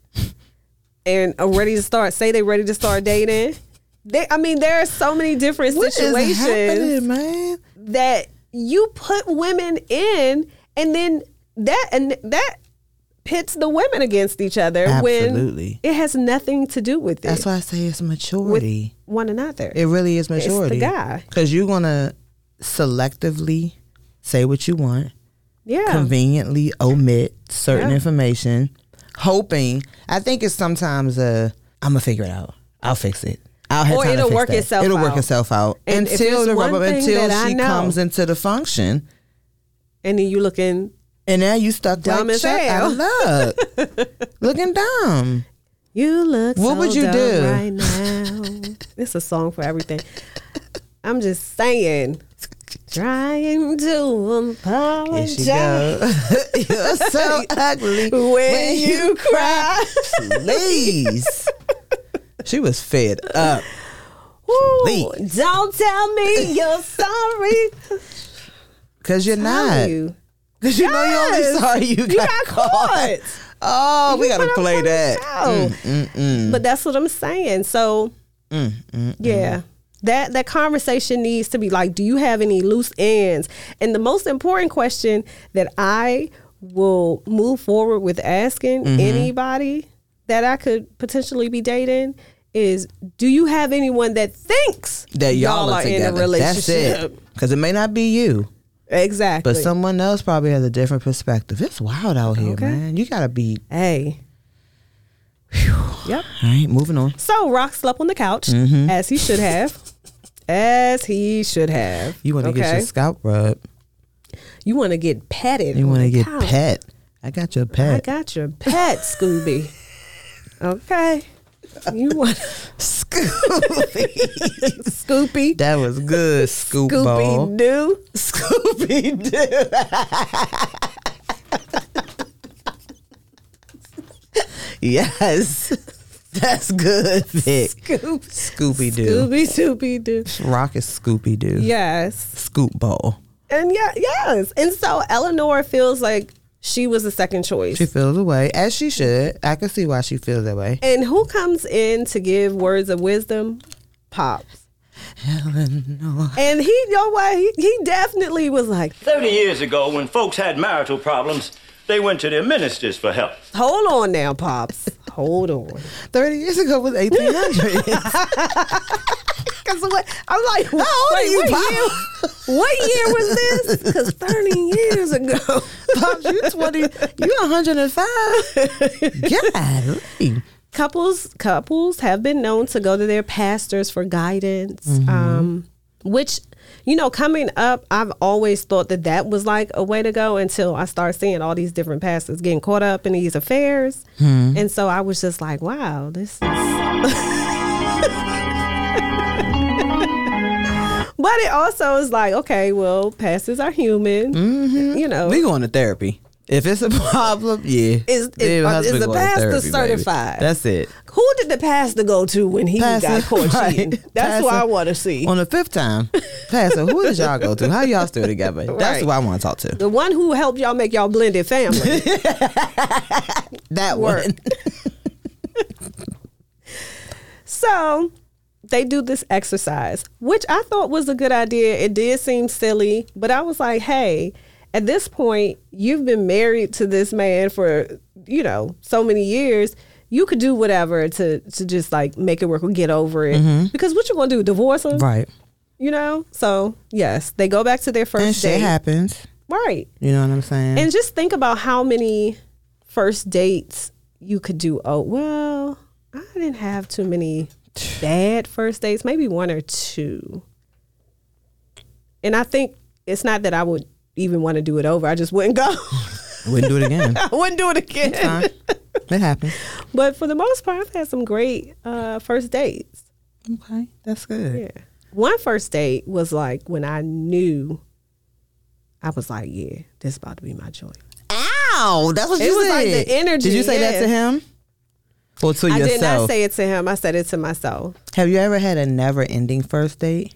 Speaker 1: and are ready to start say they're ready to start dating They, I mean, there are so many different
Speaker 2: What is happening,
Speaker 1: situations
Speaker 2: man?
Speaker 1: that you put women in, and then that and that pits the women against each other
Speaker 2: Absolutely.
Speaker 1: when it has nothing to do with it.
Speaker 2: That's why I say it's
Speaker 1: with
Speaker 2: maturity.
Speaker 1: one another.
Speaker 2: It really is
Speaker 1: the
Speaker 2: maturity.
Speaker 1: guy.
Speaker 2: Because you're going to selectively say what you want,
Speaker 1: yeah,
Speaker 2: conveniently omit certain
Speaker 1: Yeah.
Speaker 2: information, hoping. I think it's sometimes a, I'm going to figure it out. I'll fix it. I'll have
Speaker 1: Or
Speaker 2: time to
Speaker 1: it'll
Speaker 2: fix
Speaker 1: work
Speaker 2: that.
Speaker 1: itself
Speaker 2: It'll work
Speaker 1: out.
Speaker 2: itself out.
Speaker 1: And if
Speaker 2: until
Speaker 1: there's
Speaker 2: the
Speaker 1: one
Speaker 2: rubber,
Speaker 1: thing
Speaker 2: until
Speaker 1: that I
Speaker 2: she
Speaker 1: know-
Speaker 2: comes into the function.
Speaker 1: and then you looking.
Speaker 2: And now you stuck
Speaker 1: Dumb
Speaker 2: like
Speaker 1: as
Speaker 2: shit out of luck. Looking dumb.
Speaker 1: You look.
Speaker 2: What
Speaker 1: so
Speaker 2: would you
Speaker 1: dumb
Speaker 2: do?
Speaker 1: right now? it's a song for everything. I'm just saying, trying to
Speaker 2: Here she
Speaker 1: apologize
Speaker 2: goes. You're so ugly.
Speaker 1: when, you cry.
Speaker 2: please. she was fed up.
Speaker 1: Ooh,
Speaker 2: please.
Speaker 1: don't tell me you're sorry.
Speaker 2: Cause you're
Speaker 1: Tell
Speaker 2: not.
Speaker 1: you.
Speaker 2: Cause you know you're
Speaker 1: Yes.
Speaker 2: only sorry you got,
Speaker 1: You got caught.
Speaker 2: Oh, we
Speaker 1: You
Speaker 2: gotta
Speaker 1: put up
Speaker 2: play
Speaker 1: on the
Speaker 2: that. Mm,
Speaker 1: show. But that's what I'm saying. So,
Speaker 2: mm,
Speaker 1: yeah, that that conversation needs to be like, do you have any loose ends? And the most important question that I will move forward with asking
Speaker 2: Mm-hmm.
Speaker 1: anybody that I could potentially be dating is, do you have anyone that thinks
Speaker 2: That y'all, are, together.
Speaker 1: in a relationship?
Speaker 2: That's it. Cause it may not be you,
Speaker 1: Exactly.
Speaker 2: but someone else probably has a different perspective. It's wild out here,
Speaker 1: Okay.
Speaker 2: man. You gotta be.
Speaker 1: hey. Yep.
Speaker 2: All right, moving on.
Speaker 1: So Rock slept on the couch
Speaker 2: Mm-hmm.
Speaker 1: as he should have. As he should have.
Speaker 2: You want to get your scalp rubbed.
Speaker 1: You want to get petted.
Speaker 2: You
Speaker 1: on
Speaker 2: want to
Speaker 1: the
Speaker 2: get
Speaker 1: couch.
Speaker 2: pet. I got your
Speaker 1: I
Speaker 2: pet.
Speaker 1: got your pet, Scooby. Okay. You want
Speaker 2: Scoopy.
Speaker 1: Scoopy?
Speaker 2: that was good, Scoop Ball.
Speaker 1: Scoopy Doo.
Speaker 2: Scooby Doo. yes. That's good, Vic.
Speaker 1: Scoop.
Speaker 2: Scooby Doo.
Speaker 1: Scooby Scooby Doo.
Speaker 2: Rock is Scooby Doo.
Speaker 1: Yes.
Speaker 2: Scoop Ball.
Speaker 1: And yeah, yes. And so Eleanor feels like she was the second choice.
Speaker 2: She feels the way, as she should. I can see why she feels that way.
Speaker 1: and who comes in to give words of wisdom? Pops.
Speaker 2: Eleanor.
Speaker 1: And he, you know what? He, he definitely was like,
Speaker 8: 30 years ago, when folks had marital problems, they went to their ministers for help.
Speaker 1: Hold on now, Pops. Hold on.
Speaker 2: 30 years ago was 1800.
Speaker 1: Cause what I'm like, how
Speaker 2: old are you,
Speaker 1: what
Speaker 2: Pop?
Speaker 1: Year, what year was this? Because 30 years ago.
Speaker 2: Pops, you 20. You 105. Golly.
Speaker 1: couples couples have been known to go to their pastors for guidance
Speaker 2: Mm-hmm.
Speaker 1: um which you know coming up i've always thought that that was like a way to go until i started seeing all these different pastors getting caught up in these affairs
Speaker 2: Hmm.
Speaker 1: and so i was just like wow this is but it also is like okay well pastors are human you know
Speaker 2: Mm-hmm. We going to therapy. If it's a problem, yeah.
Speaker 1: Is-
Speaker 2: Me and
Speaker 1: is-
Speaker 2: my
Speaker 1: is
Speaker 2: husband
Speaker 1: the
Speaker 2: going to
Speaker 1: pastor
Speaker 2: therapy, baby.
Speaker 1: certified?
Speaker 2: That's it.
Speaker 1: who did the pastor go to when he got
Speaker 2: Pastor,
Speaker 1: caught
Speaker 2: right.
Speaker 1: cheating? That's who
Speaker 2: Pastor.
Speaker 1: I want to see.
Speaker 2: On the fifth time, Pastor, who did y'all go to? How y'all still together? That's
Speaker 1: Right.
Speaker 2: who I want to talk to.
Speaker 1: The one who helped y'all make y'all blended family.
Speaker 2: That
Speaker 1: Work.
Speaker 2: one.
Speaker 1: so they do this exercise, which I thought was a good idea. It did seem silly, but I was like, hey, at this point, you've been married to this man for, you know, so many years. You could do whatever to to just like make it work or get over it. Because what you gonna do? Divorce him?
Speaker 2: Mm-hmm. Right.
Speaker 1: You know? So yes, they go back to their
Speaker 2: And
Speaker 1: first
Speaker 2: shit
Speaker 1: date.
Speaker 2: happens.
Speaker 1: Right.
Speaker 2: You know what I'm saying?
Speaker 1: And just think about how many first dates you could do. Oh, well, I didn't have too many bad first dates, maybe one or two. And I think it's not that I would even want to do it over. I just wouldn't go.
Speaker 2: Wouldn't do it again.
Speaker 1: I wouldn't do it again.
Speaker 2: Fine. It happens.
Speaker 1: But for the most part, I've had some great uh, first dates.
Speaker 2: Okay. That's good.
Speaker 1: Yeah. One first date was like when I knew I was like, yeah, this is about to be my joint.
Speaker 2: Ow! That's what
Speaker 1: It
Speaker 2: you
Speaker 1: was
Speaker 2: said.
Speaker 1: like the energy,
Speaker 2: Did you say that
Speaker 1: yeah.
Speaker 2: to him? Or to
Speaker 1: I
Speaker 2: yourself?
Speaker 1: did not say it to him. I said it to myself.
Speaker 2: Have you ever had a never ending first date?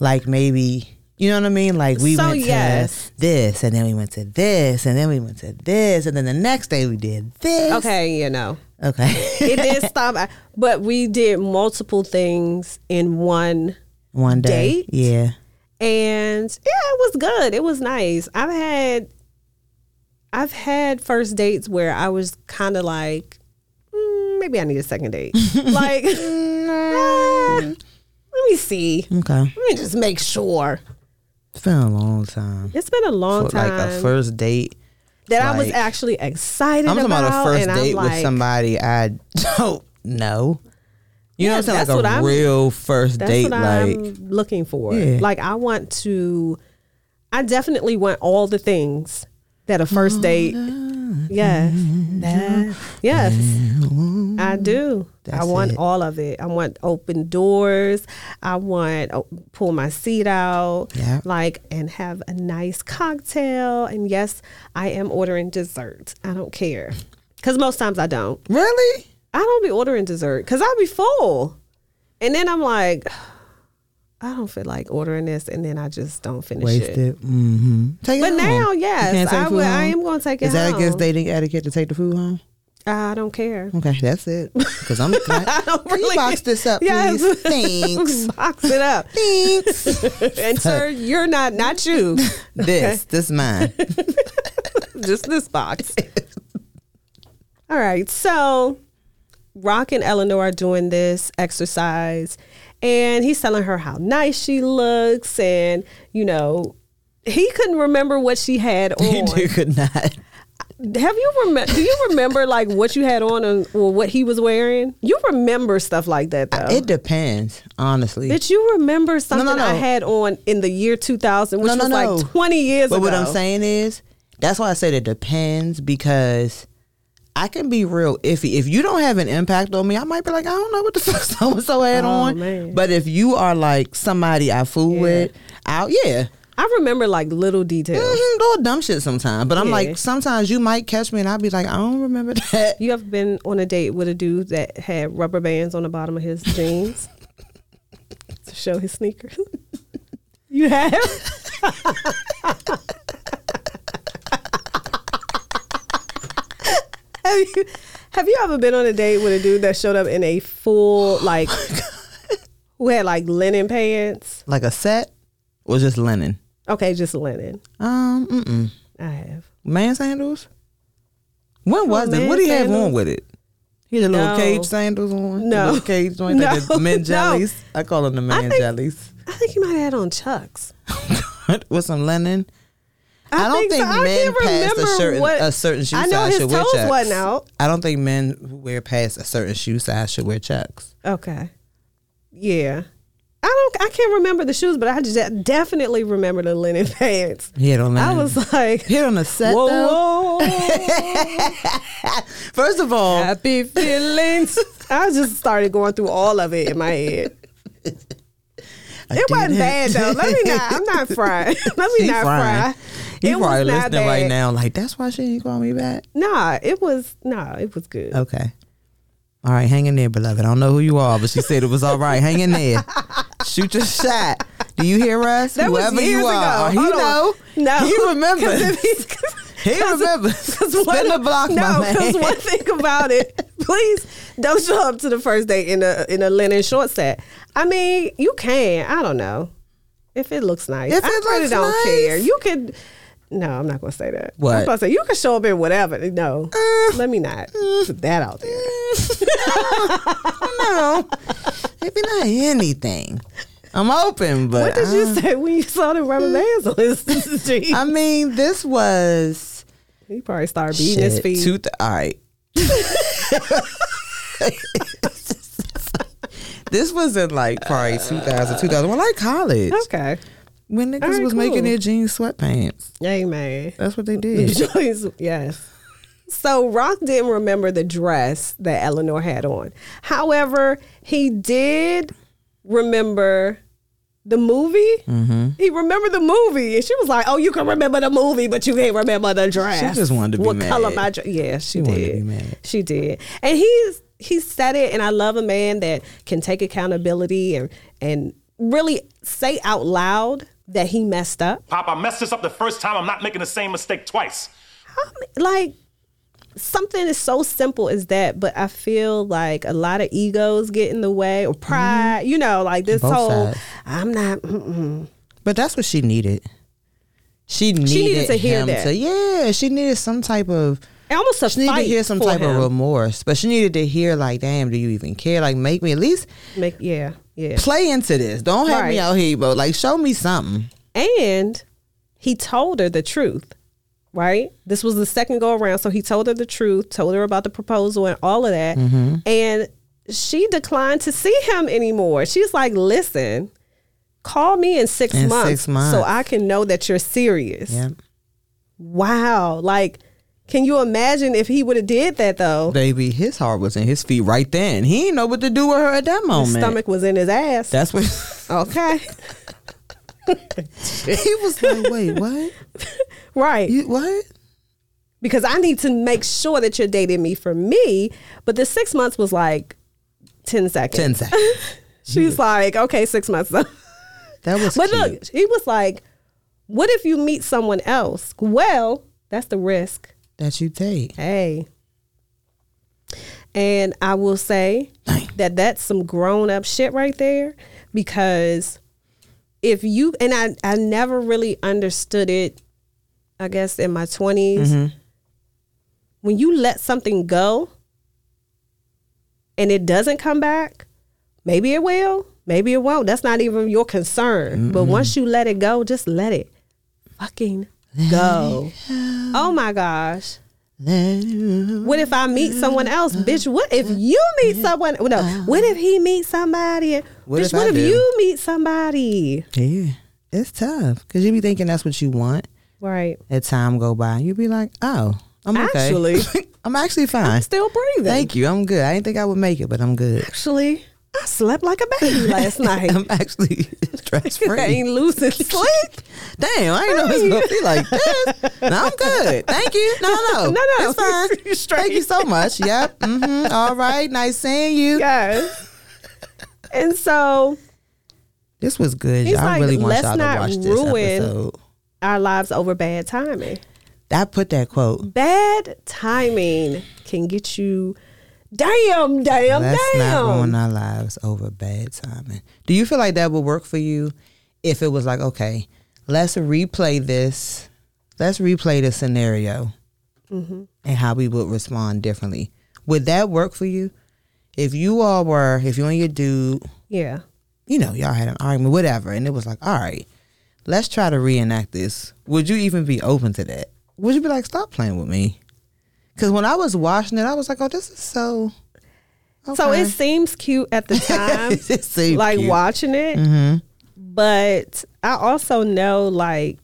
Speaker 2: Like maybe You know what I mean? Like we
Speaker 1: So,
Speaker 2: went to
Speaker 1: yes.
Speaker 2: this, and then we went to this, and then we went to this, and then the next day we did this.
Speaker 1: Okay, you know.
Speaker 2: okay.
Speaker 1: It did stop, I- but we did multiple things in one,
Speaker 2: One day,
Speaker 1: Date?
Speaker 2: yeah.
Speaker 1: and yeah, it was good. It was nice. I've had, I've had first dates where I was kind of like, "Mm, maybe I need a second date. like,
Speaker 2: Mm,
Speaker 1: "Ah, let me see.
Speaker 2: Okay,
Speaker 1: Let me just make sure.
Speaker 2: it's been a long time.
Speaker 1: It's been a long
Speaker 2: For,
Speaker 1: time
Speaker 2: like a first date.
Speaker 1: that I was
Speaker 2: like-
Speaker 1: actually excited
Speaker 2: I'm talking
Speaker 1: about.
Speaker 2: about a first
Speaker 1: and I'm
Speaker 2: date with
Speaker 1: like,
Speaker 2: somebody I don't know. You
Speaker 1: Yeah,
Speaker 2: know what I'm saying?
Speaker 1: that's what
Speaker 2: Like a
Speaker 1: I'm-
Speaker 2: real first
Speaker 1: That's
Speaker 2: date,
Speaker 1: what
Speaker 2: like
Speaker 1: I'm looking for.
Speaker 2: Yeah.
Speaker 1: Like I want to I definitely want all the things that a first date Yes. That- Yes. I do. I
Speaker 2: That's
Speaker 1: want
Speaker 2: it.
Speaker 1: all of it. I want open doors. I want oh, pull my seat out
Speaker 2: Yeah.
Speaker 1: like and have a nice cocktail and yes, I am ordering dessert. I don't care. Cuz most times I don't.
Speaker 2: really.
Speaker 1: I don't be ordering dessert because I'll be full. And then I'm like, I don't feel like ordering this. And then I just don't finish it.
Speaker 2: Wasted. Mm-hmm. Take
Speaker 1: But
Speaker 2: it home.
Speaker 1: now,
Speaker 2: You
Speaker 1: yes,
Speaker 2: can't take
Speaker 1: I
Speaker 2: food
Speaker 1: would- I
Speaker 2: home?
Speaker 1: am gonna take it
Speaker 2: Is that against
Speaker 1: home.
Speaker 2: dating etiquette to take the food home?
Speaker 1: I don't care.
Speaker 2: Okay, that's it. Because I'm. I
Speaker 1: don't
Speaker 2: Can
Speaker 1: really-
Speaker 2: you box this up,
Speaker 1: Yes.
Speaker 2: please? Thanks.
Speaker 1: Box it up.
Speaker 2: Thanks.
Speaker 1: And sir, you're not, not you.
Speaker 2: This, this mine.
Speaker 1: just this box. All right. So Rock and Eleanor are doing this exercise and he's telling her how nice she looks and, you know, he couldn't remember what she had on.
Speaker 2: You do could not.
Speaker 1: Have you remember? Do you remember like what you had on and- or what he was wearing? You remember stuff like that though.
Speaker 2: It depends, honestly.
Speaker 1: Did you remember something I
Speaker 2: no.
Speaker 1: had on in the year 2000, which
Speaker 2: No, no,
Speaker 1: was
Speaker 2: no.
Speaker 1: like 20 years
Speaker 2: But
Speaker 1: ago?
Speaker 2: what I'm saying is, that's why I said it depends because I can be real iffy. If you don't have an impact on me, I might be like, I don't know what the fuck so and so had
Speaker 1: Oh,
Speaker 2: on.
Speaker 1: man.
Speaker 2: But if you are like somebody I fool with, I'll yeah.
Speaker 1: I remember like little details.
Speaker 2: Mm-hmm, doing dumb shit sometimes. But I'm
Speaker 1: Yeah.
Speaker 2: like, sometimes you might catch me and I'll be like, I don't remember that.
Speaker 1: You ever been on a date with a dude that had rubber bands on the bottom of his jeans to show his sneakers? You have? have you have you ever been on a date with a dude that showed up in a
Speaker 2: Oh
Speaker 1: full like who had like linen pants?
Speaker 2: Like a set or just linen?
Speaker 1: Okay, just linen.
Speaker 2: Um, mm-mm.
Speaker 1: I have.
Speaker 2: Man sandals? When was it?
Speaker 1: man
Speaker 2: What do you have on
Speaker 1: sandals?
Speaker 2: with it? He had a little
Speaker 1: No.
Speaker 2: cage sandals on. the
Speaker 1: No.
Speaker 2: Little cage joint.
Speaker 1: No.
Speaker 2: like the
Speaker 1: No.
Speaker 2: men jellies. I call them the man
Speaker 1: think-
Speaker 2: jellies.
Speaker 1: I think he might have had on chucks.
Speaker 2: with some linen. I, don't
Speaker 1: think
Speaker 2: think,
Speaker 1: so. I
Speaker 2: men
Speaker 1: can't
Speaker 2: pass a
Speaker 1: remember
Speaker 2: certain
Speaker 1: what-
Speaker 2: a certain shoe
Speaker 1: I know
Speaker 2: size
Speaker 1: his
Speaker 2: should wear
Speaker 1: toes
Speaker 2: chucks.
Speaker 1: wasn't out.
Speaker 2: I don't think men who wear past a certain shoe size should wear chucks.
Speaker 1: Okay. Yeah. I don't. I can't remember the shoes, but I just I definitely remember the linen pants.
Speaker 2: He had on
Speaker 1: I
Speaker 2: linen.
Speaker 1: was like,
Speaker 2: Here on the set
Speaker 1: whoa,
Speaker 2: though.
Speaker 1: whoa,
Speaker 2: First of all,
Speaker 1: happy feelings. I just started going through all of it in my head.
Speaker 2: I
Speaker 1: It wasn't
Speaker 2: did
Speaker 1: bad though. Let me not. I'm not frying. Let me
Speaker 2: She
Speaker 1: not
Speaker 2: frying.
Speaker 1: fry.
Speaker 2: You
Speaker 1: it
Speaker 2: probably
Speaker 1: was not
Speaker 2: listening right
Speaker 1: bad.
Speaker 2: now, like that's why she didn't call me back.
Speaker 1: Nah, it was. Nah, it was good.
Speaker 2: Okay. All right, hang in there, beloved. I don't know who you are, but she said it was all right. Hang in there. Shoot your shot. Do you hear us?
Speaker 1: That
Speaker 2: Whoever
Speaker 1: was years
Speaker 2: you
Speaker 1: ago.
Speaker 2: are, he
Speaker 1: Hold
Speaker 2: know.
Speaker 1: on. No,
Speaker 2: he remembers. He
Speaker 1: Cause-
Speaker 2: remembers. Spin the block,
Speaker 1: no,
Speaker 2: my man.
Speaker 1: because one thing about it, please don't show up to the first date in a in a linen short set. I mean, you can. I don't know if it looks nice.
Speaker 2: If
Speaker 1: I
Speaker 2: it
Speaker 1: really
Speaker 2: looks
Speaker 1: don't
Speaker 2: nice.
Speaker 1: care. You could. No, I'm not gonna say that.
Speaker 2: What? Uh,
Speaker 1: I'm supposed to say you can show up in whatever. No, let me not put that out there.
Speaker 2: no, maybe not anything. I'm open, but
Speaker 1: What did
Speaker 2: I,
Speaker 1: you say when you saw the rubber bands on
Speaker 2: uh,
Speaker 1: his jeans?
Speaker 2: I mean, this was
Speaker 1: he probably started beating his
Speaker 2: shit,
Speaker 1: feet.
Speaker 2: Two th- all right. this was in like probably 2000, 2001, like college.
Speaker 1: okay,
Speaker 2: When niggas
Speaker 1: right,
Speaker 2: was making
Speaker 1: cool.
Speaker 2: their jeans sweatpants.
Speaker 1: amen.
Speaker 2: That's what they did.
Speaker 1: Joyce, yes. So Rock didn't remember the dress that Eleanor had on. However, he did remember the movie.
Speaker 2: Mm-hmm.
Speaker 1: He remembered the movie, and she was like, "Oh, you can remember the movie, but you can't remember the dress."
Speaker 2: just wanted to be
Speaker 1: what
Speaker 2: mad.
Speaker 1: color my dress? Yeah, she, did.
Speaker 2: wanted to be mad.
Speaker 1: She did, and he's he said it, and I love a man that can take accountability and and really say out loud that he messed up.
Speaker 9: Pop, I messed this up the first time. I'm not making the same mistake twice.
Speaker 1: like something is so simple as that but i feel like a lot of egos get in the way or pride you know like this
Speaker 2: Mm-hmm. Both
Speaker 1: whole
Speaker 2: sides.
Speaker 1: i'm not mm-mm.
Speaker 2: But that's what she needed. She needed,
Speaker 1: to hear
Speaker 2: him
Speaker 1: that.
Speaker 2: to- yeah, she needed some type of.
Speaker 1: almost a
Speaker 2: She needed to
Speaker 1: fight
Speaker 2: hear some
Speaker 1: for
Speaker 2: type
Speaker 1: him.
Speaker 2: of remorse, but she needed to hear like, "Damn, do you even care? Like, make me at least
Speaker 1: Make, yeah yeah
Speaker 2: play into this. Don't have
Speaker 1: Right.
Speaker 2: me out here, but like, show me something."
Speaker 1: and he told her the truth right this was the second go around so he told her the truth told her about the proposal and all of that
Speaker 2: Mm-hmm.
Speaker 1: and she declined to see him anymore she's like listen call me in six,
Speaker 2: In
Speaker 1: months,
Speaker 2: six months.
Speaker 1: so i can know that you're serious
Speaker 2: Yeah,
Speaker 1: Wow. Like, can you imagine if he would have did that though?
Speaker 2: baby, his heart was in his feet right then. He didn't know what to do with her at that
Speaker 1: His
Speaker 2: moment.
Speaker 1: stomach was in his ass.
Speaker 2: That's when
Speaker 1: okay.
Speaker 2: he was like, "Wait, what?
Speaker 1: Right.
Speaker 2: You what?"
Speaker 1: because I need to make sure that you're dating me for me. But the six months was like 10 seconds.
Speaker 2: Ten seconds.
Speaker 1: She's like, okay, six months. but
Speaker 2: That was. cute.
Speaker 1: look, he was like, what if you meet someone else? Well, that's the risk.
Speaker 2: that you take.
Speaker 1: Hey. And I will say
Speaker 2: Dang.
Speaker 1: that that's some grown up shit right there because if you and I I never really understood it I guess in my 20s when you let something go and it doesn't come back maybe it will maybe it won't that's not even your concern but once you let it go just let it fucking go oh my gosh what if I meet someone
Speaker 2: Mm-hmm.
Speaker 1: else, bitch? What if you meet someone? No. What if he meets somebody?
Speaker 2: Uh-huh. What
Speaker 1: bitch,
Speaker 2: if
Speaker 1: what
Speaker 2: I
Speaker 1: if
Speaker 2: do?
Speaker 1: you meet somebody?
Speaker 2: Yeah, it's tough because you be thinking that's what you want.
Speaker 1: Right.
Speaker 2: As time go by, you be like, "Oh, I'm okay.
Speaker 1: Actually-
Speaker 2: I'm actually fine.
Speaker 1: Still breathing.
Speaker 2: Thank you. I'm good. I didn't think I would make it, but I'm good.
Speaker 1: Actually, I slept like a baby last night.
Speaker 2: I'm actually stress free.
Speaker 1: I ain't losing sleep.
Speaker 2: Damn, I ain't know it's gonna be like this. No, I'm good. Thank you. No, no,
Speaker 1: No, no.
Speaker 2: it's fine.
Speaker 1: You're straight.
Speaker 2: Thank you so much. Yep. Mm-hmm. All right. Nice seeing you.
Speaker 1: Yes. And so
Speaker 2: This was good.
Speaker 1: He's
Speaker 2: y'all. I
Speaker 1: like,
Speaker 2: really want
Speaker 1: "Let's
Speaker 2: y'all to
Speaker 1: not
Speaker 2: watch this
Speaker 1: ruin-
Speaker 2: episode.
Speaker 1: our lives over bad timing.
Speaker 2: I put that quote.
Speaker 1: Bad timing can get you damn, damn,
Speaker 2: Let's
Speaker 1: damn.
Speaker 2: not ruin our lives over bad timing. Do you feel like that would work for you if it was like, okay, let's replay this, let's replay the scenario and how we would respond differently? Would that work for you? If you all were, if you and your dude,
Speaker 1: yeah.
Speaker 2: you know, y'all had an argument, whatever, and it was like, all right, let's try to reenact this. Would you even be open to that? Would you be like, stop playing with me? Because when I was watching it, I was like, oh, this is so.
Speaker 1: So
Speaker 2: okay.
Speaker 1: it seems cute at the time.
Speaker 2: It seemed
Speaker 1: like
Speaker 2: cute. Mm-hmm.
Speaker 1: watching it. But I also know like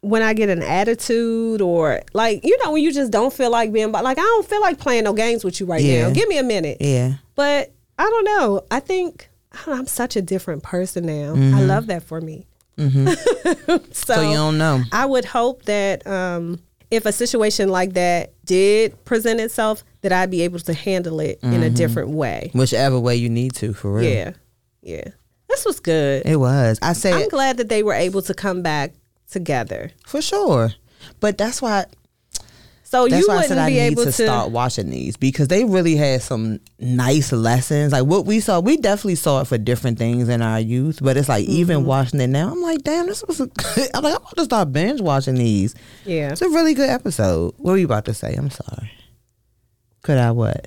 Speaker 1: when I get an attitude or like you know when you just don't feel like being like I don't feel like playing no games with you right
Speaker 2: Yeah.
Speaker 1: now. Give me a minute.
Speaker 2: Yeah.
Speaker 1: But I don't know. I think I don't know, I'm such a different person now. I love that for me. so,
Speaker 2: Mm-hmm. So you don't know.
Speaker 1: I would hope that um, if a situation like that did present itself, that I'd be able to handle it in
Speaker 2: Mm-hmm.
Speaker 1: a different way.
Speaker 2: Whichever way you need to, for real.
Speaker 1: Yeah, yeah. This was good.
Speaker 2: It was. I say
Speaker 1: I'm glad that they were able to come back together.
Speaker 2: for sure. But that's why
Speaker 1: So
Speaker 2: that's
Speaker 1: you
Speaker 2: why I
Speaker 1: wouldn't
Speaker 2: said I
Speaker 1: be
Speaker 2: need
Speaker 1: able
Speaker 2: to,
Speaker 1: to.
Speaker 2: start watching these because they really had some nice lessons. Like what we saw, we definitely saw it for different things in our youth. But it's like
Speaker 1: Mm-hmm.
Speaker 2: even watching it now, I'm like, damn, this was a good I'm like, I'm about to start binge watching these.
Speaker 1: yeah.
Speaker 2: It's a really good episode. What were you about to say? I'm sorry. Could I what?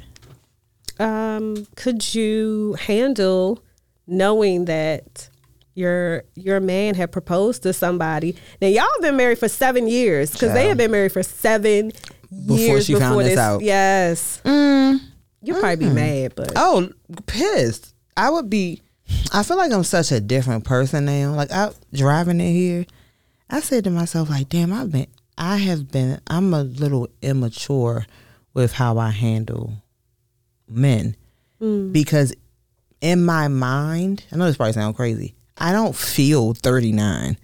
Speaker 1: Um, could you handle knowing that your your man had proposed to somebody? Now y'all have been married for seven years because they have been married for seven years
Speaker 2: she
Speaker 1: before
Speaker 2: found this out. Mm.
Speaker 1: Yes. Mm. You'll probably be mad, but
Speaker 2: Oh, pissed. I would be. I feel like I'm such a different person now. Like I driving in here, I said to myself, like, damn, I've been, I have been, I'm a little immature with how I handle men because in my mind, I know this probably sounds crazy. I don't feel 39.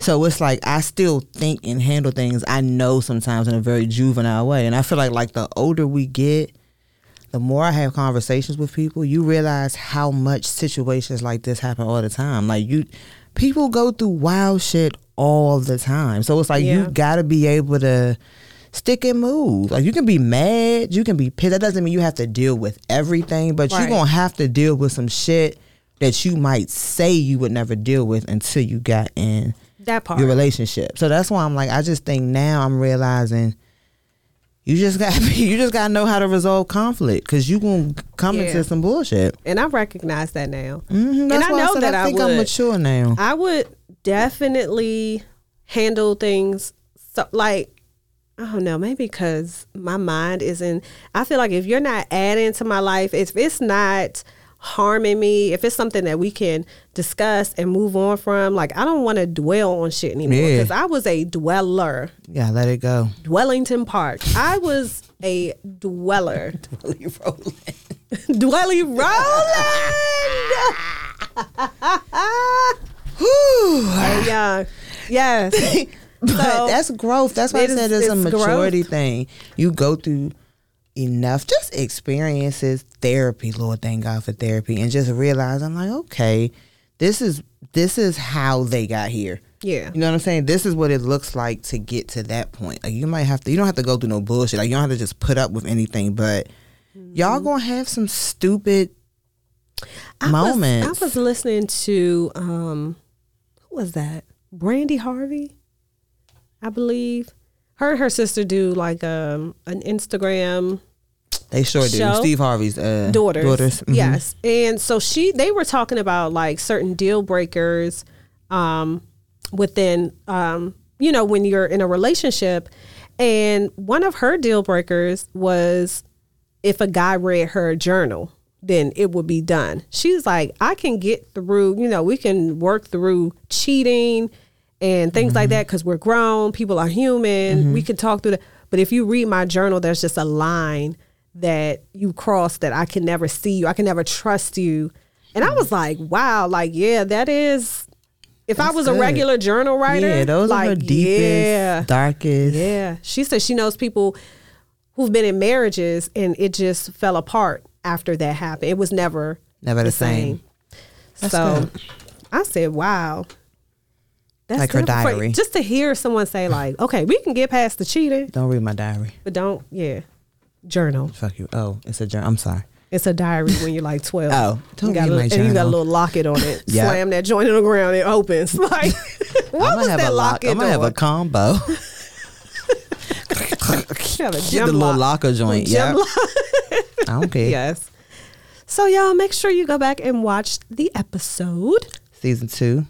Speaker 2: So it's like I still think and handle things I know sometimes in a very juvenile way. And I feel like like the older we get, the more I have conversations with people, you realize how much situations like this happen all the time. Like you people go through wild shit all the time. So it's like
Speaker 1: Yeah.
Speaker 2: you gotta be able to stick and move. Like you can be mad, you can be pissed. That doesn't mean you have to deal with everything, but
Speaker 1: Right.
Speaker 2: you're gonna have to deal with some shit that you might say you would never deal with until you got in
Speaker 1: That part.
Speaker 2: your relationship. So that's why I'm like, I just think now I'm realizing you just got to you just got to know how to resolve conflict because you gonna come
Speaker 1: Yeah.
Speaker 2: into some bullshit.
Speaker 1: and I recognize that now.
Speaker 2: And
Speaker 1: Mm-hmm, I know that I
Speaker 2: think
Speaker 1: would.
Speaker 2: am mature now.
Speaker 1: I would definitely handle things so like I don't know, maybe because my mind isn't. I feel like if you're not adding to my life, if it's not harming me, if it's something that we can discuss and move on from, like I don't want to dwell on shit anymore.
Speaker 2: Yeah.
Speaker 1: Because I was a dweller,
Speaker 2: yeah, let it go.
Speaker 1: Dwellington Park. I was a dweller,
Speaker 2: Really rolling.
Speaker 1: Dwelly Roland. Hey, Oh, yeah, yes.
Speaker 2: but
Speaker 1: So,
Speaker 2: that's growth. That's why I
Speaker 1: it is-
Speaker 2: said it's a
Speaker 1: it's growth.
Speaker 2: maturity thing. You go through enough just experiences, therapy, Lord thank God for therapy, and just realize I'm like, okay, this is this is how they got here.
Speaker 1: Yeah.
Speaker 2: You know what I'm saying? This is what it looks like to get to that point. Like you might have to you don't have to go through no bullshit. Like you don't have to just put up with anything, but
Speaker 1: Mm-hmm.
Speaker 2: y'all gonna have some stupid moments.
Speaker 1: I was listening to um who was that? Brandy Harvey, I believe. Her and her sister do like um an Instagram
Speaker 2: they sure do.
Speaker 1: show-
Speaker 2: Steve Harvey's uh,
Speaker 1: daughters.
Speaker 2: Daughters. Mhm.
Speaker 1: Yes. And so she they were talking about like certain deal breakers um within um you know when you're in a relationship and one of her deal breakers was if a guy read her journal then it would be done. She's like I can get through, you know, we can work through cheating and things
Speaker 2: Mm-hmm.
Speaker 1: like that cuz we're grown, people are human, we can talk through that. But if you read my journal there's just a line that you cross that I can never see you. I can never trust you. And
Speaker 2: Hmm.
Speaker 1: I was like, wow, like, yeah, that is. If I
Speaker 2: That's
Speaker 1: was a
Speaker 2: good.
Speaker 1: regular journal writer,
Speaker 2: Yeah, those
Speaker 1: like,
Speaker 2: are her deepest,
Speaker 1: Yeah,
Speaker 2: darkest.
Speaker 1: yeah. She said she knows people who've been in marriages and it just fell apart after that happened. It was never
Speaker 2: Never the same.
Speaker 1: so
Speaker 2: good.
Speaker 1: I said, wow. That's
Speaker 2: Like her
Speaker 1: different for-
Speaker 2: diary.
Speaker 1: just to hear someone say, like, okay, we can get past the cheating,
Speaker 2: Don't read my diary.
Speaker 1: but don't, yeah, journal.
Speaker 2: Fuck you. Oh, it's a journal. I'm sorry.
Speaker 1: It's a diary when you're like 12.
Speaker 2: Oh, don't
Speaker 1: you got
Speaker 2: read
Speaker 1: a,
Speaker 2: my
Speaker 1: and you got a
Speaker 2: journal.
Speaker 1: little locket on it.
Speaker 2: Yeah.
Speaker 1: Slam that joint on the ground, it opens. Like, what
Speaker 2: I'm
Speaker 1: was
Speaker 2: gonna have
Speaker 1: that
Speaker 2: a lock.
Speaker 1: locket
Speaker 2: I'm gonna have a
Speaker 1: doing?
Speaker 2: combo.
Speaker 1: have a
Speaker 2: Get
Speaker 1: gem
Speaker 2: the
Speaker 1: lock.
Speaker 2: little locker joint.
Speaker 1: Gem
Speaker 2: Yeah. I don't care.
Speaker 1: Yes. So, y'all, make sure you go back and watch the episode,
Speaker 2: Season two.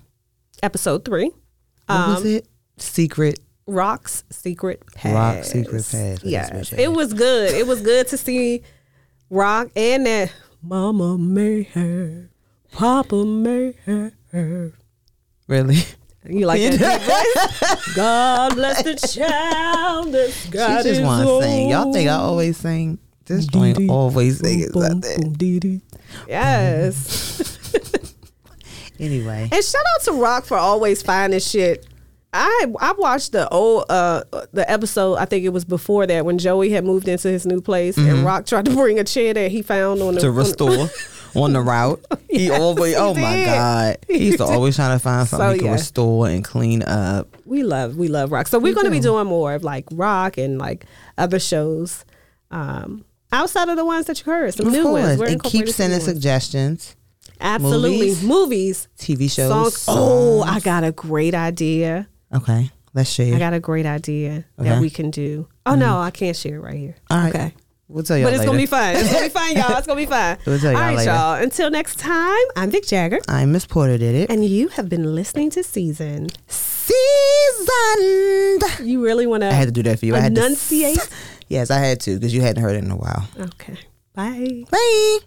Speaker 1: episode three,
Speaker 2: What
Speaker 1: Um,
Speaker 2: was it? Secret.
Speaker 1: Rock's Secret Past.
Speaker 2: Rock's Secret Past.
Speaker 1: Yes.
Speaker 2: That's what
Speaker 1: It was good. It was good to see Rock and that Mama made her, Papa made her.
Speaker 2: Really?
Speaker 1: You like that? deep voice? God bless the child. That's God
Speaker 2: she just want to sing. Y'all think I always sing? This joint always sing it like that.
Speaker 1: Yes.
Speaker 2: Anyway,
Speaker 1: And shout out to Rock for always finding shit. I I watched the old uh the episode. I think it was before that when Joey had moved into his new place and Rock tried to bring a chair that he found on the
Speaker 2: Mm-hmm. to
Speaker 1: on-
Speaker 2: restore on the route, he
Speaker 1: Yes,
Speaker 2: always.
Speaker 1: he
Speaker 2: Oh my
Speaker 1: did.
Speaker 2: God,
Speaker 1: He
Speaker 2: he used to
Speaker 1: did.
Speaker 2: always trying to find something
Speaker 1: So,
Speaker 2: he could
Speaker 1: yeah.
Speaker 2: restore and clean up.
Speaker 1: we love we love rock. So we're going to
Speaker 2: Mm-hmm.
Speaker 1: be doing more of like rock and like other shows um, outside of the ones that you heard. Some
Speaker 2: Of
Speaker 1: new
Speaker 2: course,
Speaker 1: ones. We're
Speaker 2: and keep
Speaker 1: incorporating some new
Speaker 2: sending
Speaker 1: ones.
Speaker 2: suggestions.
Speaker 1: absolutely movies,
Speaker 2: movies, TV shows.
Speaker 1: songs. Oh, I got a great idea.
Speaker 2: Okay, let's share.
Speaker 1: I got a great idea that
Speaker 2: Okay. Mm-hmm.
Speaker 1: we can do. Oh no, I can't share it right here.
Speaker 2: All right.
Speaker 1: Okay.
Speaker 2: We'll tell y'all
Speaker 1: But it's
Speaker 2: later.
Speaker 1: gonna be fun. It's gonna be fun, y'all. It's gonna be fun.
Speaker 2: We'll tell y'all
Speaker 1: All right,
Speaker 2: later.
Speaker 1: y'all. Until next time, I'm Vic Jagger,
Speaker 2: I Miss Porter did it.
Speaker 1: and you have been listening to Season.
Speaker 2: Seasoned.
Speaker 1: You really want
Speaker 2: I had to do that for you. I had to-
Speaker 1: Enunciate?
Speaker 2: yes, I had to because you hadn't heard it in a while.
Speaker 1: Okay. Bye.
Speaker 2: Bye.